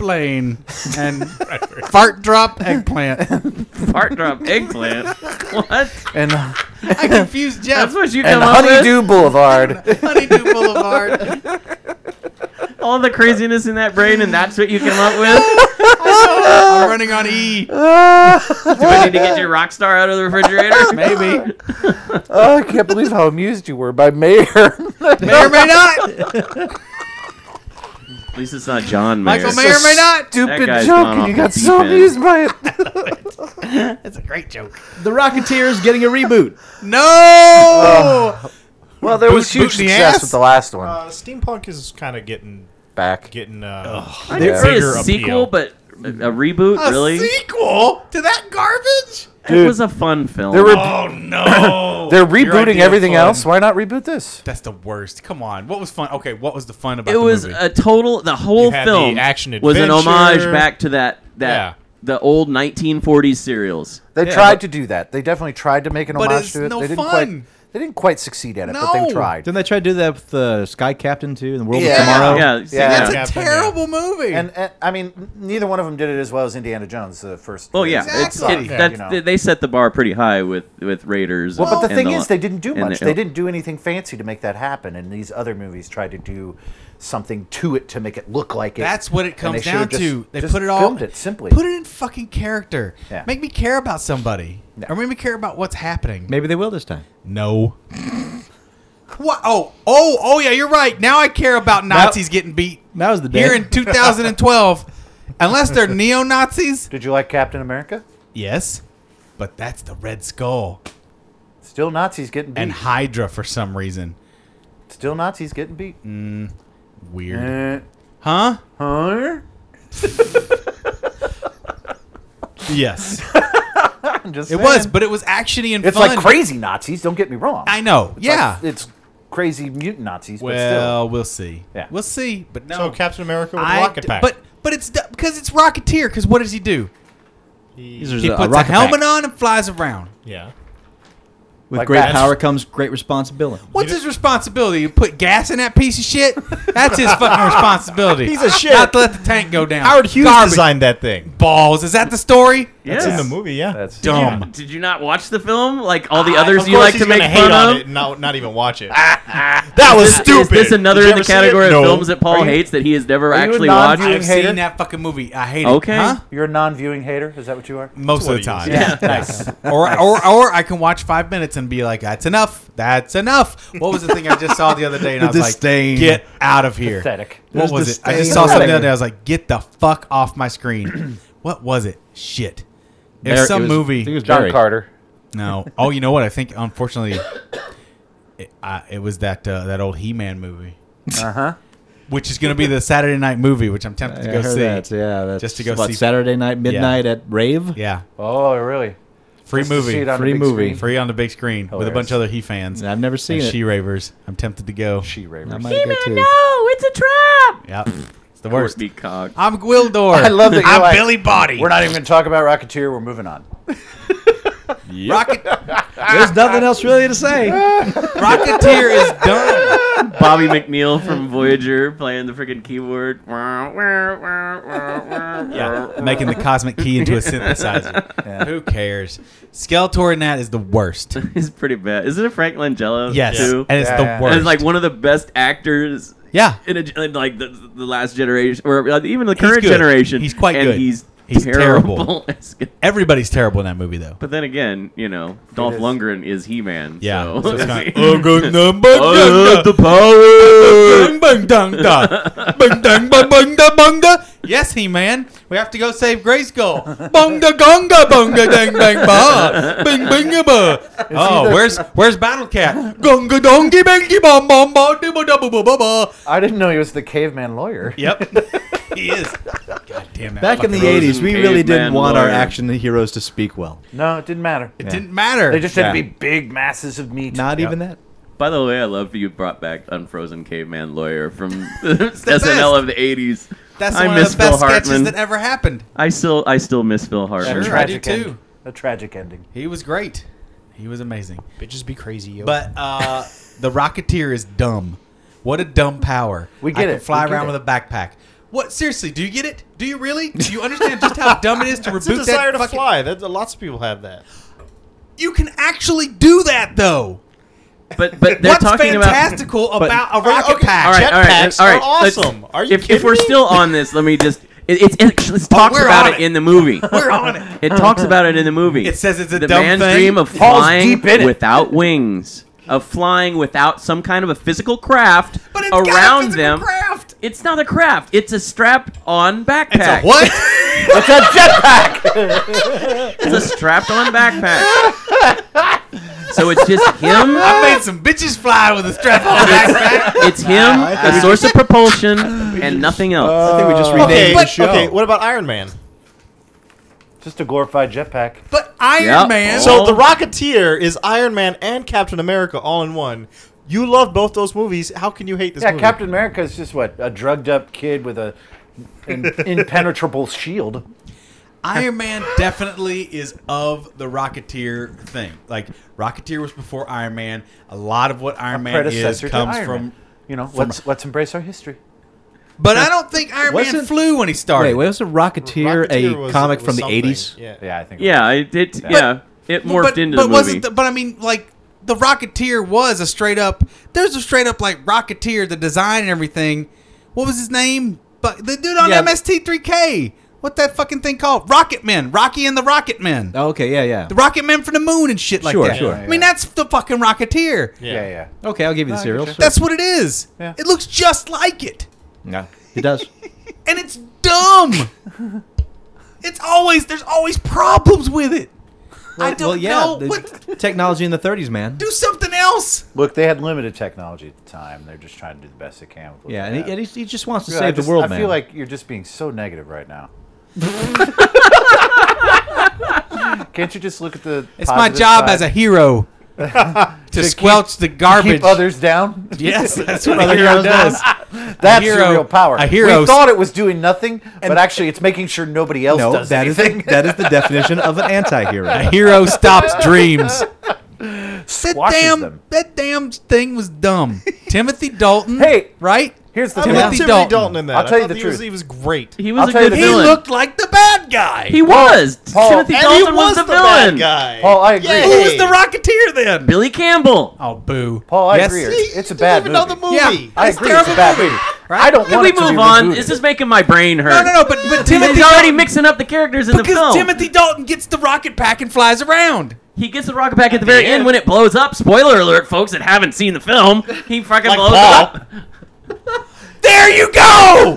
S6: Lane and Fart Drop Eggplant.
S3: Heart drop eggplant. what?
S2: And, uh,
S6: I confused Jeff.
S3: That's what you
S2: and
S3: come up with?
S2: Honeydew Boulevard.
S6: Honeydew Boulevard.
S3: All the craziness in that brain, and that's what you come up with?
S6: I'm running on E.
S3: Do I need to get your rock star out of the refrigerator?
S6: Maybe.
S2: oh, I can't believe how amused you were by Mayor.
S6: May or may not.
S3: At least it's not John Mayer.
S6: Michael Mayer may not.
S2: Stupid
S3: guy's
S2: joke,
S3: gone
S2: and
S3: off
S2: you
S3: the
S2: got so
S3: deep end.
S2: amused by it.
S6: That's a great joke.
S4: The Rocketeers getting a reboot.
S2: Oh.
S6: No.
S2: Well, there was
S6: Boot-
S2: huge
S6: boot in the
S2: success
S6: ass?
S2: with the last one.
S5: Uh, steampunk is kind of getting
S2: Back.
S5: getting uh,
S3: I didn't say
S5: bigger
S3: a
S5: appeal.
S3: sequel, but a a reboot,
S6: A
S3: really?
S6: sequel to that garbage?
S3: It was a fun film.
S2: There were
S6: Oh no. No,
S2: They're
S6: your idea
S2: rebooting
S6: of
S2: everything
S6: fun.
S2: else. Why not reboot this?
S6: That's the worst. Come on. What was fun? Okay, what was the fun about
S3: it
S6: the
S3: was
S6: movie?
S3: a total. The whole
S5: You had
S3: film
S5: the action
S3: was an homage
S5: adventure.
S3: back to that that
S5: Yeah.
S3: the old 1940s serials.
S2: They
S6: Yeah,
S2: tried
S6: but-
S2: to do that. They definitely tried to make an
S6: But
S2: homage
S6: it's
S2: to it.
S6: no
S2: they didn't
S6: fun.
S2: quite. They didn't quite succeed at it, but
S6: No.
S2: they tried.
S4: Didn't they try to do that with uh, Sky Captain too, and the World
S2: Yeah.
S4: of Tomorrow?
S3: Yeah,
S2: Yeah.
S6: That's
S5: Yeah.
S6: a terrible movie.
S2: And, and I mean, n- neither one of them did it as well as Indiana Jones, the first.
S3: Oh yeah, it's,
S6: Exactly.
S3: it,
S5: Yeah.
S3: that's,
S2: You know.
S3: they- they set the bar pretty high with with Raiders.
S2: Well, but the
S3: and
S2: thing is, they didn't do
S3: and
S2: much.
S3: the-
S2: they didn't do anything fancy to make that happen, and these other movies tried to do something to it to make it look like it.
S6: That's what it
S2: and
S6: comes
S2: they
S6: down
S2: should've just-
S6: to. They
S2: just
S6: put it all
S2: filmed it simply.
S6: Put it in fucking character.
S2: Yeah.
S6: Make me care about somebody,
S2: Yeah.
S6: or make me care about what's happening.
S4: Maybe they will this time.
S6: No. what? Oh, oh, oh! Yeah, you're right. Now I care about Nazis getting beat.
S4: That was the day.
S6: Here in 2012, unless they're neo Nazis.
S2: Did you like Captain America?
S6: Yes, but that's the Red Skull
S2: Still Nazis getting beat.
S6: and Hydra for some reason.
S2: Still Nazis getting beat. Uh,
S6: Weird,
S2: Eh,
S6: huh?
S2: Huh?
S6: Yes,
S2: I'm just
S6: it
S2: saying.
S6: was, but it was actiony and
S2: It's
S6: fun.
S2: like crazy Nazis. Don't get me wrong.
S6: I know.
S2: It's like-
S6: yeah.
S2: it's crazy mutant Nazis.
S6: well, we'll see.
S2: Yeah.
S6: we'll see. But no.
S5: So Captain America with a
S6: I
S5: rocket
S6: d-
S5: pack.
S6: But but it's d- because it's Rocketeer. Because what does he do?
S4: He
S6: He puts a, helmet on and flies around.
S5: yeah,
S4: With
S2: Like
S4: great
S2: that's-
S4: power comes great responsibility.
S6: What's
S5: You
S6: his responsibility? You put gas in that piece of shit. That's his fucking responsibility.
S4: Piece of shit.
S6: Not to let the tank go down.
S5: Howard Hughes
S6: Garbage.
S5: designed that thing.
S6: balls. Is that the story?
S5: It's in
S3: Yes.
S5: the movie. Yeah,
S2: That's
S6: Dumb.
S3: Did you not watch the film? Like all the
S5: I-
S3: others
S5: of
S3: you
S5: course
S3: like
S5: he's
S3: to make
S5: gonna
S3: fun
S5: hate on
S3: of.
S5: it and not, not even watch it. that was
S3: Is- Is this another
S5: Did you
S3: in the
S5: ever see it?
S3: category of
S5: No.
S3: films that Paul
S2: Are you-
S3: hates that he has never
S2: Are you a
S3: actually
S2: non-viewer?
S3: watched?
S2: You
S6: I've
S2: hater?
S6: seen that fucking movie. I hate
S3: Okay.
S6: it. Huh?
S2: You're a non-viewing hater. Is that what you are?
S6: Most of
S5: what
S6: the
S5: he
S6: time.
S5: is.
S2: Yeah. nice.
S6: Or, or or I can watch five minutes and be like, that's enough. That's enough. What was the thing I just saw the other day? And I
S4: The
S6: was
S4: disdain.
S6: like, get out of here.
S2: Pathetic.
S6: What
S4: There's
S6: was it? I
S4: disdain.
S6: just saw something the
S4: Pathetic.
S6: other day. I was like, get the fuck off my screen. what was it? Shit. There's
S4: Barry-
S6: some
S4: it was- I
S6: movie.
S4: think it was
S2: John
S4: Barry.
S2: Carter.
S6: No. Oh, you know what? I think unfortunately, it, I, it was that uh, that old He-Man movie,
S2: Uh huh.
S6: which is going to be the Saturday night movie, which I'm tempted
S4: Uh-huh.
S6: to
S4: Yeah,
S6: go
S4: I heard
S6: see.
S4: that. Yeah, that's
S6: Just to go
S4: what,
S6: see-
S4: Saturday night midnight at rave.
S6: Yeah,
S2: Oh, really?
S6: free
S2: Just to see
S6: movie,
S2: it on a
S4: Free
S2: big
S4: movie.
S2: screen.
S6: free on the big screen with a bunch
S2: Hilarious.
S6: of other He fans.
S4: I've never seen
S6: and
S4: it.
S6: She ravers. I'm tempted to go.
S2: She
S4: I
S2: ravers.
S4: might go too.
S3: it's a trap.
S6: Yeah, it's the worst.
S3: Courtney Cog.
S6: I'm Gwildor.
S2: I love that you're
S6: I'm
S2: like-
S6: Billy Body.
S2: We're not even going to talk about Rocketeer. We're moving on.
S6: Rocket
S4: There's nothing else really to say.
S6: Rocketeer is done.
S3: Bobby McNeil from Voyager playing the freaking keyboard. yeah. Uh,
S6: Yeah, making the cosmic key into a synthesizer. Who cares? Skeletor in that is the worst.
S3: It's pretty bad. Isn't it Frank Langella?
S6: Yes,
S3: Too?
S6: and it's
S2: Yeah,
S6: the
S2: yeah.
S6: worst.
S3: And it's like one of the best actors
S6: yeah,
S3: in, a, in like the, the last generation or uh, even the
S6: He's
S3: current
S6: good.
S3: generation.
S6: He's quite
S3: and
S6: good.
S3: He's,
S6: He's terrible.
S3: terrible. as-
S6: everybody's terrible in that movie though.
S3: but then again, you know, Dolph
S2: is.
S3: Lundgren is He-Man.
S6: Yeah.
S3: So.
S6: So it's kinda, "Oh, good number,
S3: I have
S6: dun,
S3: the power.
S6: dun, bang, bang, dun, dun. Bang, dang, bang, bang, dun, bang, dun." Yes, he man. We have to go save Grayskull. Bunga gonga bunga dang bang ba. Bing bing ba. Oh, where's where's Battle Cat? Gonga dongi bangi bom bom ba dibba dabba ba ba ba.
S2: I didn't know he was the caveman lawyer.
S6: Yep. he is. God damn that.
S4: Back in the
S6: fucking-
S3: Rosen
S4: 80s, we really didn't
S3: caveman
S4: want our
S3: lawyer.
S4: action heroes to speak well.
S2: No, it didn't matter.
S6: It didn't matter.
S2: They just had to be
S4: Yeah.
S2: big masses of meat.
S4: Not even that.
S3: By the way, I love you brought back Unfrozen Caveman Lawyer from SNL of the 80s.
S6: That's
S3: I
S6: one
S3: miss
S6: of the best
S3: Phil
S6: sketches
S3: Hartman.
S6: that ever happened.
S3: I still I still miss Phil Hartman.
S2: a
S6: Sure. I do
S2: tragic
S6: too.
S2: ending. A tragic ending.
S6: He was great. He was amazing.
S5: Bitches be crazy, yo.
S6: But uh, the Rocketeer is dumb. What a dumb power.
S2: We get
S6: I can
S2: it.
S6: Fly
S2: We get
S6: around
S2: it.
S6: with a backpack. What? Seriously? Do you get it? Do you really? Do you understand just how dumb it is to
S5: it's a
S6: reboot
S5: desire
S6: that
S5: to
S6: fucking?
S5: fly. That lots of people have that.
S6: You can actually do that though.
S3: But but they're
S6: What's
S3: talking about
S6: fantastical about, a rocket
S5: okay,
S6: pack?
S3: all right, all right,
S5: Jetpacks
S3: all right.
S5: are
S3: let's-
S5: awesome. Are you
S3: if, if
S5: kidding
S3: we're
S5: me?
S3: still on this, let me just it, it, it, it talks
S6: we're
S3: about
S6: on
S3: it,
S6: it.
S3: in the movie.
S6: We're on it.
S3: It talks about it in the movie.
S6: It says it's a
S3: the
S6: dumb
S3: man's
S6: thing.
S3: dream of
S2: Paul's
S3: flying
S2: deep in it.
S3: without wings, of flying without some kind of a physical craft
S6: But it's got a
S3: around
S6: physical
S3: them.
S6: Craft.
S3: It's not a craft. It's a strapped-on backpack.
S6: It's a what?
S2: It's a jetpack!
S3: It's a strapped-on backpack. so it's just him.
S6: I made some bitches fly with a strap on backpack.
S3: It's him, a source of propulsion, and nothing else.
S6: Uh,
S4: I think we just renamed
S5: Okay,
S4: the
S5: but,
S4: show.
S5: okay. What about Iron Man?
S2: Just a glorified jetpack.
S5: But Iron
S3: Yep.
S5: Man.
S3: Oh.
S5: So the Rocketeer is Iron Man and Captain America all in one. You love both those movies. How can you hate this
S2: Yeah,
S5: movie?
S2: Captain America is just what a drugged up kid with a an impenetrable shield.
S6: Iron Man definitely is of the Rocketeer thing. Like Rocketeer was before Iron Man. A lot of what Iron Man is
S2: predecessor
S6: comes
S2: to Iron
S6: from.
S2: Man. You know, let's let's embrace our history.
S6: But I don't think Iron Man
S4: Wasn't-
S6: flew when he started.
S4: Wait, was a Rocketeer,
S5: Rocketeer
S4: a
S5: was-
S4: comic
S5: was
S4: from the
S5: something.
S4: 80s?
S5: Yeah.
S2: Yeah, I think.
S3: Yeah, it, it yeah. it morphed
S6: but,
S3: into
S6: but
S3: the movie.
S6: wasn't the, but I mean like the Rocketeer was a straight up there's a straight up like Rocketeer the design and everything. What was his name? But the dude on
S3: Yeah.
S6: MST3K. What that fucking thing called? Rocket Men. Rocky and the Rocket Men.
S4: Oh, okay, yeah, yeah.
S6: The Rocket Men from the moon and shit like
S4: Sure,
S6: that.
S4: sure.
S6: I mean that's the fucking Rocketeer.
S2: Yeah, yeah. yeah.
S4: Okay, I'll give you the
S2: I
S4: cereal.
S2: get
S6: That's what it is.
S2: Yeah.
S6: It looks just like it.
S4: no, it does.
S6: And it's dumb. it's always there's always problems with it. I don't
S4: well, yeah,
S6: know.
S4: the
S6: What
S4: technology in the 30s, man.
S6: do something else.
S2: Look, they had limited technology at the time. They're just trying to do the best they can with. What
S4: Yeah,
S2: they
S4: and he,
S2: had.
S4: and he, he just wants to
S2: Yeah, I
S4: save
S2: just-
S4: the world,
S2: I
S4: man.
S2: feel like you're just being so negative right now. Can't you just look at the?
S6: It's my job as a hero to, squelch the garbage.
S2: keep others down.
S6: yes, that's what
S4: Other
S6: a hero
S4: heroes
S6: does.
S2: That's
S6: hero-
S2: your real power.
S6: a hero-
S2: We thought it was doing nothing, but actually, it's making sure nobody else
S4: no,
S2: does
S4: that is,
S2: anything.
S4: that is the definition of an anti-hero.
S6: A hero stops dreams. That
S2: Squashes
S6: damn,
S2: them.
S6: that damn thing was dumb. Timothy Dalton.
S2: Hey,
S6: right?
S2: Here's the
S5: I
S2: thing.
S5: love Timothy
S6: Dalton.
S5: Dalton. in that.
S2: I'll
S5: I
S2: tell you
S5: thought
S2: the
S5: he was-
S2: truth.
S5: he was great.
S3: he
S2: I'll
S3: was a
S2: tell you
S3: good
S2: the
S6: He
S3: villain.
S6: looked like the bad guy.
S3: he was.
S2: Paul-
S3: Timothy
S2: and
S3: Dalton was, the, villain.
S5: bad guy.
S2: Paul, I agree.
S5: Yay.
S6: Who was the Rocketeer then?
S3: Billy Campbell.
S6: Oh, boo.
S2: Paul, I
S6: Yes.
S2: agree.
S5: He
S2: It's a
S5: doesn't
S2: bad
S5: even
S2: movie.
S5: know the movie.
S2: I
S6: It's a
S2: agree. It's a
S6: terrible
S2: bad
S6: movie,
S2: movie.
S6: right?
S2: I don't
S3: Can
S2: want
S3: we
S2: it to be
S3: move on?
S2: rebooted.
S3: This is making my brain hurt.
S6: No, no, no. But but Timothy
S3: He's already
S6: Dalton-
S3: mixing up the characters in the
S6: because
S3: film.
S6: Timothy Dalton gets the rocket pack and flies around.
S3: He gets the rocket back at the very end
S5: end.
S3: when it blows up. Spoiler alert, folks that haven't seen the film. He fucking blows
S5: Paul.
S3: up.
S6: There you go.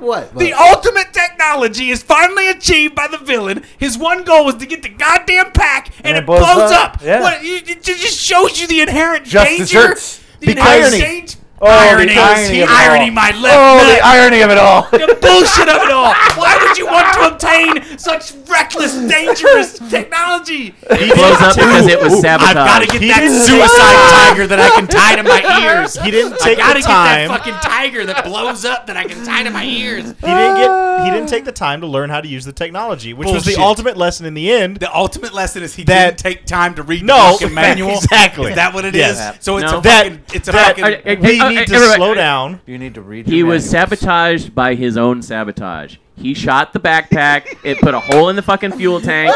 S4: what?
S6: The ultimate technology is finally achieved by the villain. His one goal was to get the goddamn pack, and,
S2: And
S6: it, blows, up.
S2: Yeah.
S6: What, it, it just shows you the inherent
S2: Justice
S6: danger.
S2: hurts.
S6: The
S2: Because-
S6: inherent
S2: Irony.
S6: danger-
S2: Oh, the
S6: irony.
S2: irony of it all.
S6: Irony, my left
S2: Oh, the
S6: nut.
S2: irony of it all.
S6: the bullshit of it all. Why would you want to obtain such reckless, dangerous technology?
S5: He
S3: Blows
S5: didn't
S3: up
S5: take-
S3: because it was sabotage.
S6: I've got to get
S5: He
S6: that
S5: didn't-
S6: suicide tiger that I can tie to my ears.
S5: He didn't
S6: I
S5: take
S6: gotta
S5: the
S6: get that
S5: time.
S6: fucking tiger that blows up that I can tie to my ears.
S5: he didn't get. He didn't take the time to learn how to use the technology, which was
S6: Bullshit.
S5: the ultimate lesson in the end.
S6: The ultimate lesson is he
S5: That-
S6: didn't take time to read
S5: No,
S6: the fucking manual.
S5: exactly.
S6: Is that what it is?
S5: Yes.
S6: So it's
S3: No.
S6: a
S5: That-
S6: fucking. It's a
S5: that-
S6: fucking.
S3: I- I-
S5: we
S3: uh,
S5: need to
S3: everybody-
S5: slow down.
S2: You need to read.
S3: He
S2: your
S3: was
S2: manuals.
S3: sabotaged by his own sabotage. He shot the backpack. it put a hole in the fucking fuel tank.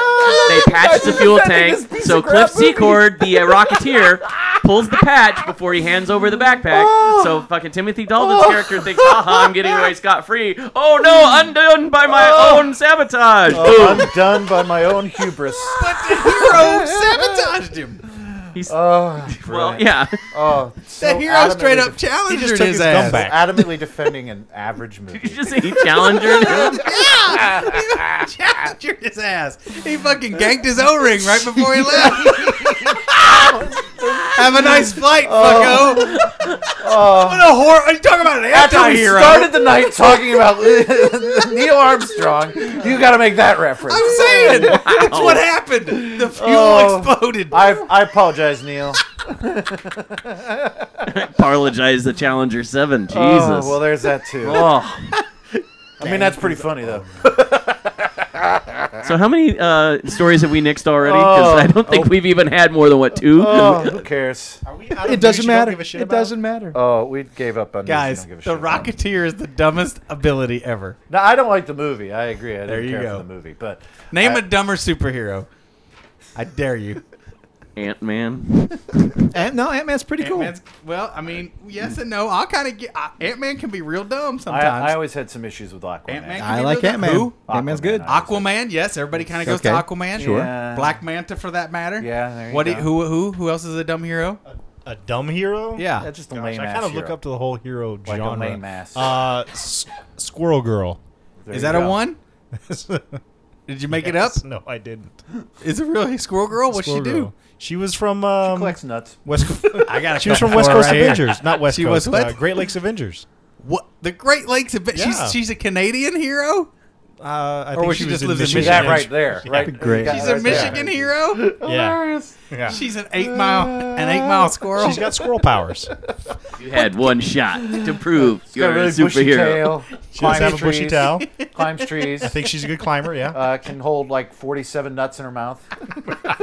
S3: they patched the fuel tank. So Cliff Secord, the uh, Rocketeer, pulls the patch before he hands over the backpack. So fucking Timothy Dalton's character thinks, "Haha, I'm getting away scot free." Oh no, undone by my own sabotage.
S2: Oh, I'm done by my own hubris.
S6: but the hero sabotaged him.
S2: Oh,
S3: well, yeah.
S2: oh,
S6: The
S2: so
S6: hero straight
S2: adamantly
S6: up challenged
S5: just took
S6: his
S5: his
S6: ass.
S5: gun back.
S2: adamantly defending an average
S3: Did you
S2: movie.
S3: just say he challengered him?
S6: Challenged his ass. He fucking ganked his O ring right before he left. Have a nice flight,
S2: Oh.
S6: fucko. What a horror! Are you talking about an
S2: After we
S6: anti-hero?
S2: started the night talking about Neil Armstrong, you got to make that reference.
S6: I'm saying that's what happened. The fuel
S2: Oh.
S6: exploded.
S2: I, I apologize, Neil.
S3: Apologize the Challenger 7. Jesus.
S2: Oh, well, there's that too.
S3: Oh.
S2: I mean, that's pretty funny though.
S3: So how many uh, stories have we nixed already? Because I don't think we've even had more than what two.
S2: Oh, who cares?
S4: it doesn't matter. It doesn't matter.
S2: Oh, we gave up on
S6: Guys,
S2: News we don't give a
S6: the
S2: shit about.
S6: Rocketeer is the dumbest ability ever.
S2: No, I don't like the movie. I agree. I
S6: There
S2: didn't
S6: you
S2: care
S6: go.
S2: for the movie, but
S6: Name
S2: I-
S6: a dumber superhero. I dare you.
S3: Ant Man.
S4: Ant- no, Ant Man's pretty cool.
S6: Ant-Man's, well, I mean, yes and no. I'll kind of get uh, Ant Man can be real dumb
S2: I,
S6: sometimes.
S2: I always had some issues with Aquaman.
S6: Ant-Man?
S4: I like Ant Man.
S6: Who?
S4: Ant Man's good.
S2: Aquaman.
S6: Aquaman, yes, everybody kind of goes to
S4: Okay,
S6: Aquaman.
S4: sure.
S2: Yeah.
S6: Black Manta for that matter.
S2: Yeah, there you
S6: what?
S2: go.
S6: do- who? Who? Who else is a dumb hero?
S5: A dumb hero.
S6: Yeah.
S2: That's just a
S5: Gosh,
S2: lame
S5: I
S2: ass
S5: kind of look
S2: hero.
S5: up to the whole hero
S2: like
S5: genre.
S2: a lame ass.
S5: Uh, S- Squirrel Girl.
S2: There
S6: Is
S2: you
S6: that a
S2: go.
S6: one? Did you make it up?
S5: Yes, No, I didn't.
S6: Is it really Squirrel Girl? What'd she
S5: Squirrel
S6: do?
S5: Girl. She was from um,
S2: Collects nuts.
S5: West.
S6: I got.
S5: she was from West Coast Avengers, not West
S6: She was
S5: Coast.
S6: what?
S5: uh, Great Lakes Avengers.
S6: What the Great Lakes? Adve-
S5: Yeah.
S6: She's she's a Canadian hero.
S5: Uh, I
S6: Or
S5: think
S6: was
S5: she,
S6: she
S5: was
S6: just
S5: in
S6: lives in
S5: Michigan.
S2: That right there. Right.
S4: Great.
S2: that
S4: She's
S6: She's a
S2: right there.
S6: Michigan hero.
S5: Yeah. yeah.
S6: She's an eight mile, an eight mile squirrel.
S5: She's got squirrel powers.
S3: You had one shot to prove
S2: Got
S3: you're
S2: a really
S3: a
S2: bushy
S3: superhero.
S2: tail.
S5: She does have a bushy
S2: trees,
S5: tail.
S2: Climbs trees.
S5: I think she's a good climber. Yeah.
S2: uh, can hold like 47 nuts in her mouth.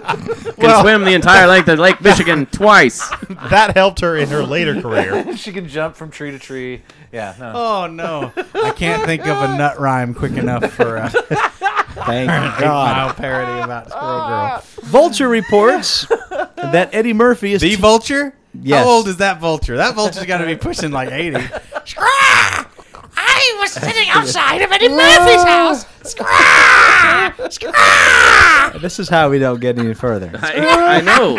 S3: Can swim the entire length of Lake Michigan twice.
S5: That helped her in her later career.
S2: she can jump from tree to tree. Yeah. No.
S6: Oh no, I can't think of a nut rhyme quick enough for a eight
S4: Thank you, God.
S6: mile parody about Squirrel Girl.
S4: Vulture reports that Eddie Murphy is
S6: The vulture?
S4: Yes.
S6: How old is that vulture? That vulture's got to be pushing like 80. Scrah! I was sitting outside of Eddie Murphy's house. Scrah! Scrah!
S4: This is how we don't get any further.
S3: I, I know.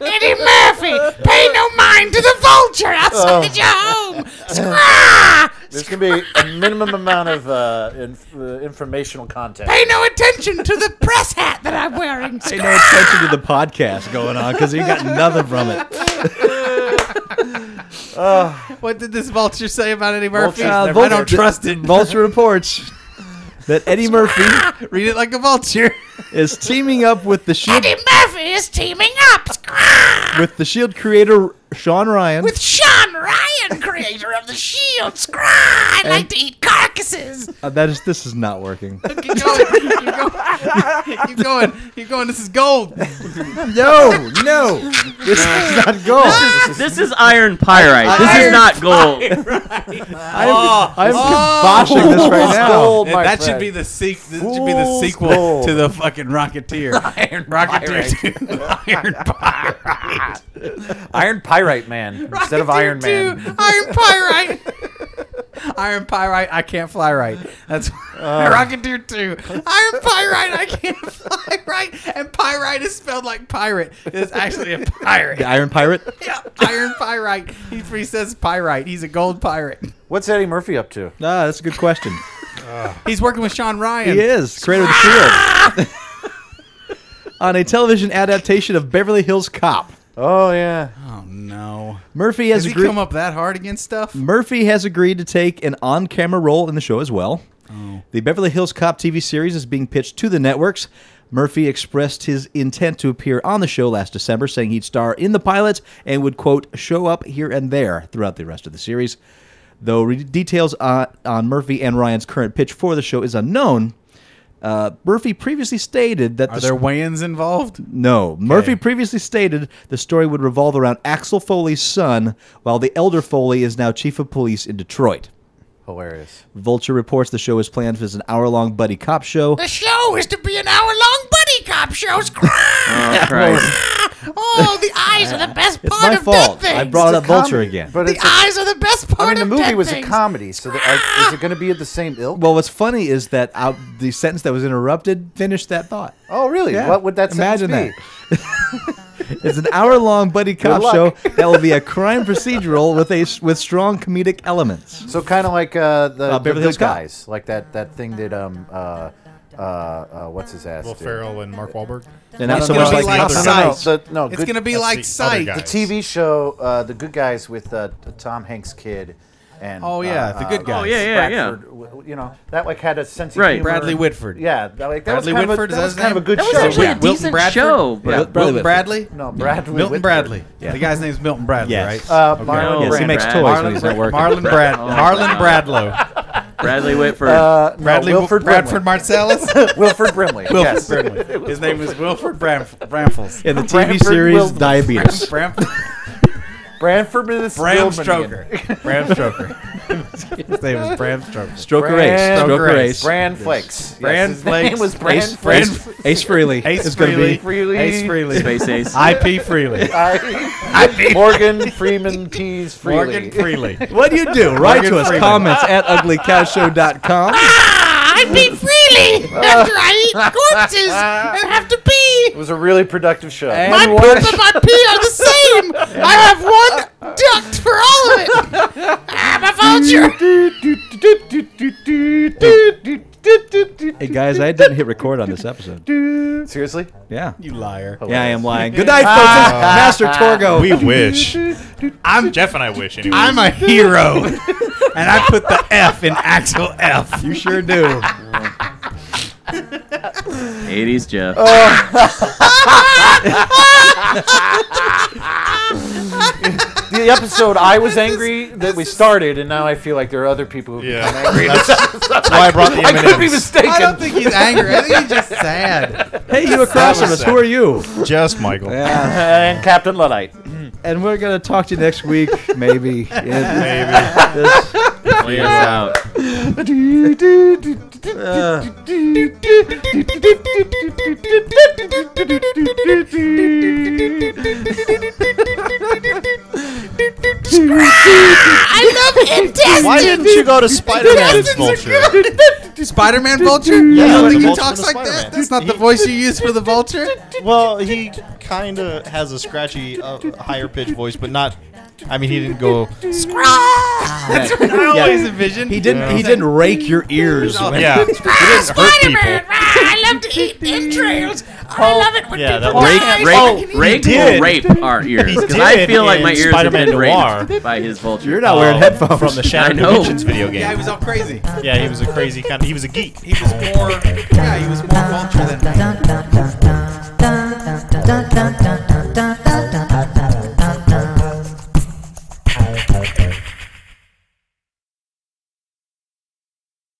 S6: Eddie Murphy, pay no mind to the vulture outside your home. Scrah!
S2: There's gonna be a minimum amount of uh, inf- uh, informational content.
S6: Pay no attention to the press hat that I'm wearing.
S4: Pay no attention to the podcast going on because he got nothing from it.
S6: What did this vulture say about Eddie Murphy?
S4: Uh,
S6: I don't
S4: Vulture-
S6: trust it.
S4: Vulture reports that Eddie Murphy
S6: Read it like a vulture.
S4: is teaming up with the Shield
S7: Eddie Murphy is teaming up
S4: with the Shield E creator Sean Ryan.
S7: with Sean Ryan, creator of the Shield. Scry, I like to eat carcasses.
S4: Uh, that is this is not working.
S6: Keep going. Keep going. Keep going. Keep going. This is gold.
S4: no, no, this is not gold.
S3: This is iron pyrite. This is not gold.
S4: I'm,
S3: Oh.
S4: I'm kiboshing
S6: Oh.
S4: this right now.
S2: Gold, my
S6: that should
S2: friend.
S6: be the sequ- This should be the sequel to the fucking Rocketeer. Iron Rocketeer 2. Iron Pyrite.
S2: Iron Pyrite Man instead of Iron Man.
S6: Iron Pyrite. Iron Pyrite. I can't fly right. That's Rocketeer 2. Iron Pyrite. I can't fly right. And Pyrite is spelled like pirate. It's actually a pirate.
S4: The Iron Pirate.
S6: Yeah, Iron Pyrite. He, he says Pyrite. He's a gold pirate.
S2: What's Eddie Murphy up to?
S4: Ah, that's a good question.
S6: He's working with Sean Ryan.
S4: He is creator of the Shield. On a television adaptation of Beverly Hills Cop,
S2: Oh yeah,
S6: Oh no!
S4: Murphy has
S6: Has he
S4: agreed.
S6: come up that hard against stuff?
S4: Murphy has agreed to take an on-camera role in the show as well.
S6: Oh.
S4: The Beverly Hills Cop TV series is being pitched to the networks. Murphy expressed his intent to appear on the show last December, saying he'd star in the pilot and would quote show up here and there throughout the rest of the series. Though re- details on, on Murphy and Ryan's current pitch for the show is unknown, uh, Murphy previously stated that
S6: Are
S4: the
S6: there weigh-ins involved?
S4: no. Murphy previously stated the story would revolve around Axel Foley's son, while the elder Foley is now chief of police in Detroit.
S2: hilarious.
S4: Vulture reports the show is planned as an hour long buddy cop show.
S7: The show is to be an hour-long buddy cop show. Scry.
S3: Oh, Christ.
S7: Oh, the eyes are the best
S4: It's
S7: part
S4: my
S7: of
S4: fault.
S7: dead
S4: I
S7: things.
S4: brought up Vulture
S2: Comedy,
S4: again.
S2: But
S7: the
S2: it's a,
S7: eyes are the best part
S2: I mean, the
S7: of
S2: movie
S7: dead
S2: was
S7: things.
S2: a comedy, so the, are, is it going to be of the same ilk?
S4: Well, what's funny is that out, the sentence that was interrupted finished that thought.
S2: oh really?
S4: Yeah.
S2: What would that sentence
S4: Imagine
S2: be?
S4: It's an hour long buddy cop
S2: luck.
S4: show that will be a crime procedural with a s- with strong comedic elements.
S2: So kind of like uh, the, the
S4: Beverly
S2: good
S4: Hills Cop.
S2: guys, like that that thing that um uh uh, uh what's his ass?
S5: Will
S2: do?
S5: Ferrell and Mark Wahlberg.
S4: And not
S6: It's
S4: so
S6: gonna
S4: much
S6: be
S4: like,
S6: like
S4: the
S2: No, no,
S4: other guy.
S2: no,
S6: Psych.
S2: no, the, no,
S6: It's
S2: good-
S6: gonna be
S5: That's
S6: like
S5: the other
S6: Psych.
S5: guy.
S2: The TV show, uh, the Good Guys with uh, Tom Hanks' kid, and
S6: Oh, yeah,
S2: uh,
S6: The Good
S2: uh,
S6: Guys. Oh,
S3: yeah, yeah, yeah.
S2: Bradford, w- w- You know that like had a sense of
S3: Right.
S2: humor.
S6: Bradley Whitford.
S2: Yeah, that, like, that
S6: Bradley
S2: was kind
S6: Whitford,
S2: of a,
S6: is that
S2: that was
S6: his
S2: kind of
S6: name?
S2: a good
S3: That was
S2: show.
S3: actually a
S2: Yeah.
S3: decent show, but
S2: Yeah.
S6: Wilton Bradley.
S2: No, Bradley.
S6: Milton
S2: Whitford.
S6: Bradley.
S2: Yeah.
S6: The guy's name's Milton Bradley,
S4: Yes.
S6: right?
S2: Uh,
S6: Okay.
S2: Marlon
S3: No,
S4: Yes, he
S2: Brand-
S4: makes
S3: Brad-
S4: toys when
S6: Marlon,
S4: he's not
S6: Brad-
S4: working.
S6: Marlon Brad,
S3: Oh,
S6: Marlon
S3: wow.
S6: Bradlow,
S3: Bradley Whitford.
S2: Uh, no,
S6: Bradley
S2: Wilford
S6: Bradford Marcellus,
S2: Brimley. Wilford Brimley. yes.
S6: Wilford Brimley. His name is Wilford Bram- Bramfels.
S4: In the TV
S2: Bradford
S4: series
S2: Wilson.
S4: Diabetes.
S6: Bram,
S2: Branford Bram
S6: Bram Stroker. Bram Stroker. His name is Bram Stroker.
S4: Stroker Ace.
S2: Bran-
S4: Stroker Ace.
S2: Bran Flakes. Yes,
S6: Bran
S2: his name
S6: Flakes.
S2: was Bran
S4: Ace,
S2: Flakes.
S4: Ace, Ace Freely.
S6: Ace
S4: is gonna
S6: Freely.
S4: Be.
S2: Freely.
S6: Ace Freely.
S3: Space Ace.
S6: IP Freely.
S2: I, Morgan Freeman Keys Freely.
S6: Morgan Freely.
S4: What do you do? Write to us.
S6: Freeman.
S4: Comments at uglycowshow.com.
S7: Ah, I pee freely after I eat corpses and have to pee.
S2: It was a really productive show.
S7: My poop and my pee are the same. I have one duct for all of it. I'm a vulture.
S4: Hey guys, I didn't hit record on this episode.
S2: Seriously?
S4: Yeah.
S6: You liar.
S4: Yeah, I am lying. Good night, folks. Master Torgo.
S5: We wish. I'm Jeff and I wish. Anyway.
S6: I'm a hero. and I put the F in Axel F. You sure do.
S3: 80s Jeff.
S2: The episode I was angry that we started, and now I feel like there are other people who
S8: Yeah.
S2: become angry.
S8: That's why I brought the
S2: I could be
S8: M&Ms.
S6: I don't
S2: mistaken.
S6: think he's angry. I think he's just sad.
S4: Hey, you across from us. Who are you?
S8: Just Michael.
S2: And Captain Luddite.
S4: And we're gonna talk to you next week, maybe.
S8: Maybe.
S3: Play us out.
S5: Why didn't you go to Spider-Man's vulture?
S6: Spider-Man Vulture? You don't
S5: the
S6: think he
S5: Vulture
S6: talks
S5: was
S6: like that?
S5: Spider-Man.
S6: That's not the voice you use for the Vulture?
S5: Well, he kind of has a scratchy, uh, higher pitched voice, but not. I mean, he didn't go.
S6: I always envision.
S4: He didn't. He didn't rake your ears.
S6: Oh,
S4: when-
S8: Yeah. He didn't hurt people.
S9: Ah, I love to eat entrails. I love it when
S5: Yeah, that
S9: people
S5: was-
S3: Rape,
S9: die.
S3: rape,
S9: Oh,
S3: rape,
S5: did.
S3: will rape our ears because I
S5: did
S3: feel like
S5: in
S3: my ears have
S5: Spider-Man
S3: been
S5: Noir.
S3: raped by his vulture.
S4: You're not wearing
S5: um,
S4: headphones.
S5: from the
S3: I
S5: Shattered
S3: know.
S5: Dimensions video game.
S6: Yeah, he was all crazy.
S5: Yeah, he was a crazy kind. Of, he was a geek.
S6: He was more. Yeah, he was more Vulture than.
S7: dun, dun, dun, dun.